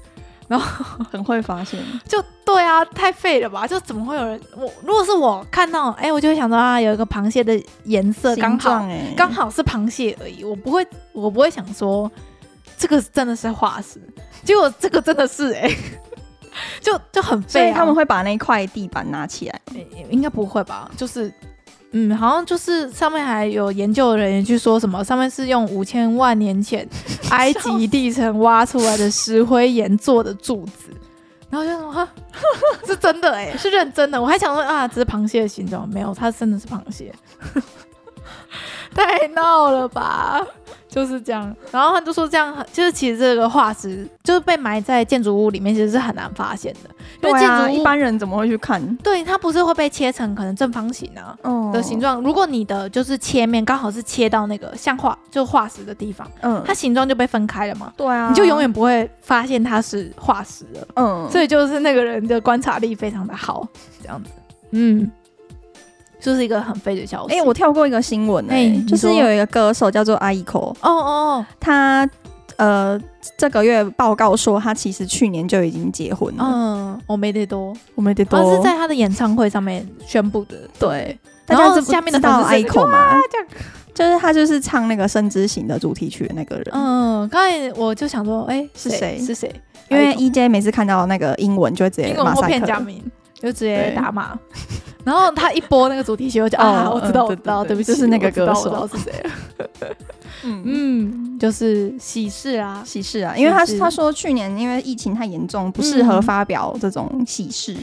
[SPEAKER 2] 很会发现。
[SPEAKER 1] 就对啊，太废了吧？就怎么会有人？我如果是我看到，哎、我就会想到啊，有一个螃蟹的颜色刚
[SPEAKER 2] 形状
[SPEAKER 1] 好，
[SPEAKER 2] 哎，
[SPEAKER 1] 刚好是螃蟹而已。我不会，我不会想说这个真的是化石，结果这个真的是哎、 就就很
[SPEAKER 2] 所
[SPEAKER 1] 废、
[SPEAKER 2] 以
[SPEAKER 1] 啊。
[SPEAKER 2] 他们会把那块地板拿起来。
[SPEAKER 1] 诶应该不会吧？就是，嗯，好像就是上面还有研究人员去说什么，上面是用五千万年 前埃及地层挖出来的石灰岩做的柱子，然后就说哈， 是真的哎、是认真的。我还想说啊，只是螃蟹的形状，没有，它真的是螃蟹， 太闹了吧？就是这样，然后他就说这样很，就是其实这个化石就是被埋在建筑物里面，其实是很难发现的，因为
[SPEAKER 2] 对
[SPEAKER 1] 建
[SPEAKER 2] 啊，
[SPEAKER 1] 筑
[SPEAKER 2] 一
[SPEAKER 1] 物
[SPEAKER 2] 般人怎么会去看？
[SPEAKER 1] 对，它不是会被切成可能正方形啊
[SPEAKER 2] 哦
[SPEAKER 1] 的形，状。如果你的就是切面刚好是切到那个像化就化石的地方，
[SPEAKER 2] 嗯
[SPEAKER 1] 它形状就被分开了嘛，
[SPEAKER 2] 对啊，
[SPEAKER 1] 你就永远不会发现它是化石了。
[SPEAKER 2] 嗯，
[SPEAKER 1] 所以就是那个人的观察力非常的好，这样子，嗯，就是一个很废的消息。
[SPEAKER 2] 哎、我跳过一个新闻哎、
[SPEAKER 1] 哎你说
[SPEAKER 2] 就是有一个歌手叫做阿依口，
[SPEAKER 1] 哦哦
[SPEAKER 2] 他呃这个月报告说他其实去年就已经结婚
[SPEAKER 1] 哦，
[SPEAKER 2] 了，
[SPEAKER 1] 嗯，我没得多，
[SPEAKER 2] 我没得多、
[SPEAKER 1] 好像是在他的演唱会上面宣布的，
[SPEAKER 2] 对，大
[SPEAKER 1] 然
[SPEAKER 2] 家
[SPEAKER 1] 后
[SPEAKER 2] 知不
[SPEAKER 1] 下面的
[SPEAKER 2] 知道
[SPEAKER 1] 粉丝
[SPEAKER 2] 阿
[SPEAKER 1] 是
[SPEAKER 2] 依口吗？
[SPEAKER 1] 这样
[SPEAKER 2] 就是他就是唱那个《深之行》的主题曲的那个人，
[SPEAKER 1] 嗯，刚才我就想说，哎，
[SPEAKER 2] 是谁
[SPEAKER 1] 是谁？
[SPEAKER 2] 因
[SPEAKER 1] 哎
[SPEAKER 2] 为 EJ 每次看到那个英文就会直接
[SPEAKER 1] 英文
[SPEAKER 2] 马
[SPEAKER 1] 或
[SPEAKER 2] 赛
[SPEAKER 1] 片
[SPEAKER 2] 克
[SPEAKER 1] 假
[SPEAKER 2] 了，
[SPEAKER 1] 名，就直接
[SPEAKER 2] 对
[SPEAKER 1] 打码。然后他一播那个主题曲，我就
[SPEAKER 2] 哦
[SPEAKER 1] 啊，我知道，
[SPEAKER 2] 嗯
[SPEAKER 1] 我知道，
[SPEAKER 2] 对对
[SPEAKER 1] 对不起，
[SPEAKER 2] 就是那个
[SPEAKER 1] 我知道
[SPEAKER 2] 歌手
[SPEAKER 1] 我知道是谁了。
[SPEAKER 2] 嗯。
[SPEAKER 1] 嗯，就是喜事啊，
[SPEAKER 2] 喜事啊，因为他
[SPEAKER 1] 喜事
[SPEAKER 2] 他说去年因为疫情太严重，不适合
[SPEAKER 1] 嗯
[SPEAKER 2] 发表这种喜事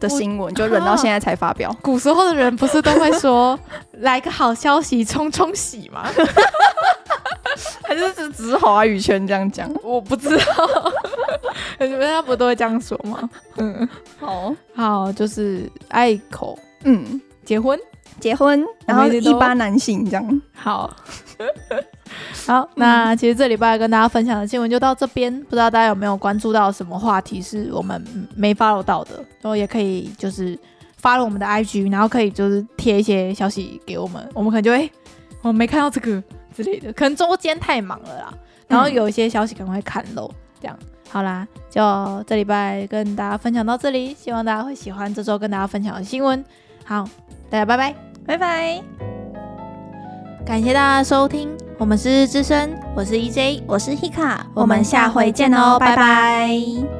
[SPEAKER 2] 的
[SPEAKER 1] 我
[SPEAKER 2] 新闻，就忍到
[SPEAKER 1] 啊
[SPEAKER 2] 现在才发表。
[SPEAKER 1] 古时候的人不是都会说 来个好消息冲冲喜 吗？
[SPEAKER 2] 还是只只华语圈这样讲？
[SPEAKER 1] 我不知道，你们 他不都会这样说吗？嗯，
[SPEAKER 2] 好，
[SPEAKER 1] 好，就是爱口
[SPEAKER 2] 嗯，
[SPEAKER 1] 结婚，
[SPEAKER 2] 结婚，然后
[SPEAKER 1] 我们一直
[SPEAKER 2] 一
[SPEAKER 1] 都
[SPEAKER 2] 八男性这样。
[SPEAKER 1] 好。好，那其实这礼拜跟大家分享的新闻就到这边，不知道大家有没有关注到什么话题是我们没 follow 到的，然后也可以就是 follow 我们的 IG，然后可以就是贴一些消息给我们，我们可能就会、欸我没看到这个之类的，可能中间太忙了啦，然后有一些消息可能会看漏，这样。好啦，就这礼拜跟大家分享到这里，希望大家会喜欢这周跟大家分享的新闻。好，大家拜拜。
[SPEAKER 2] 拜拜，
[SPEAKER 1] 感谢大家收听，我们是日之声，我是 E EJ，
[SPEAKER 2] 我是 Hika，
[SPEAKER 1] 我们下回见哦拜
[SPEAKER 2] 拜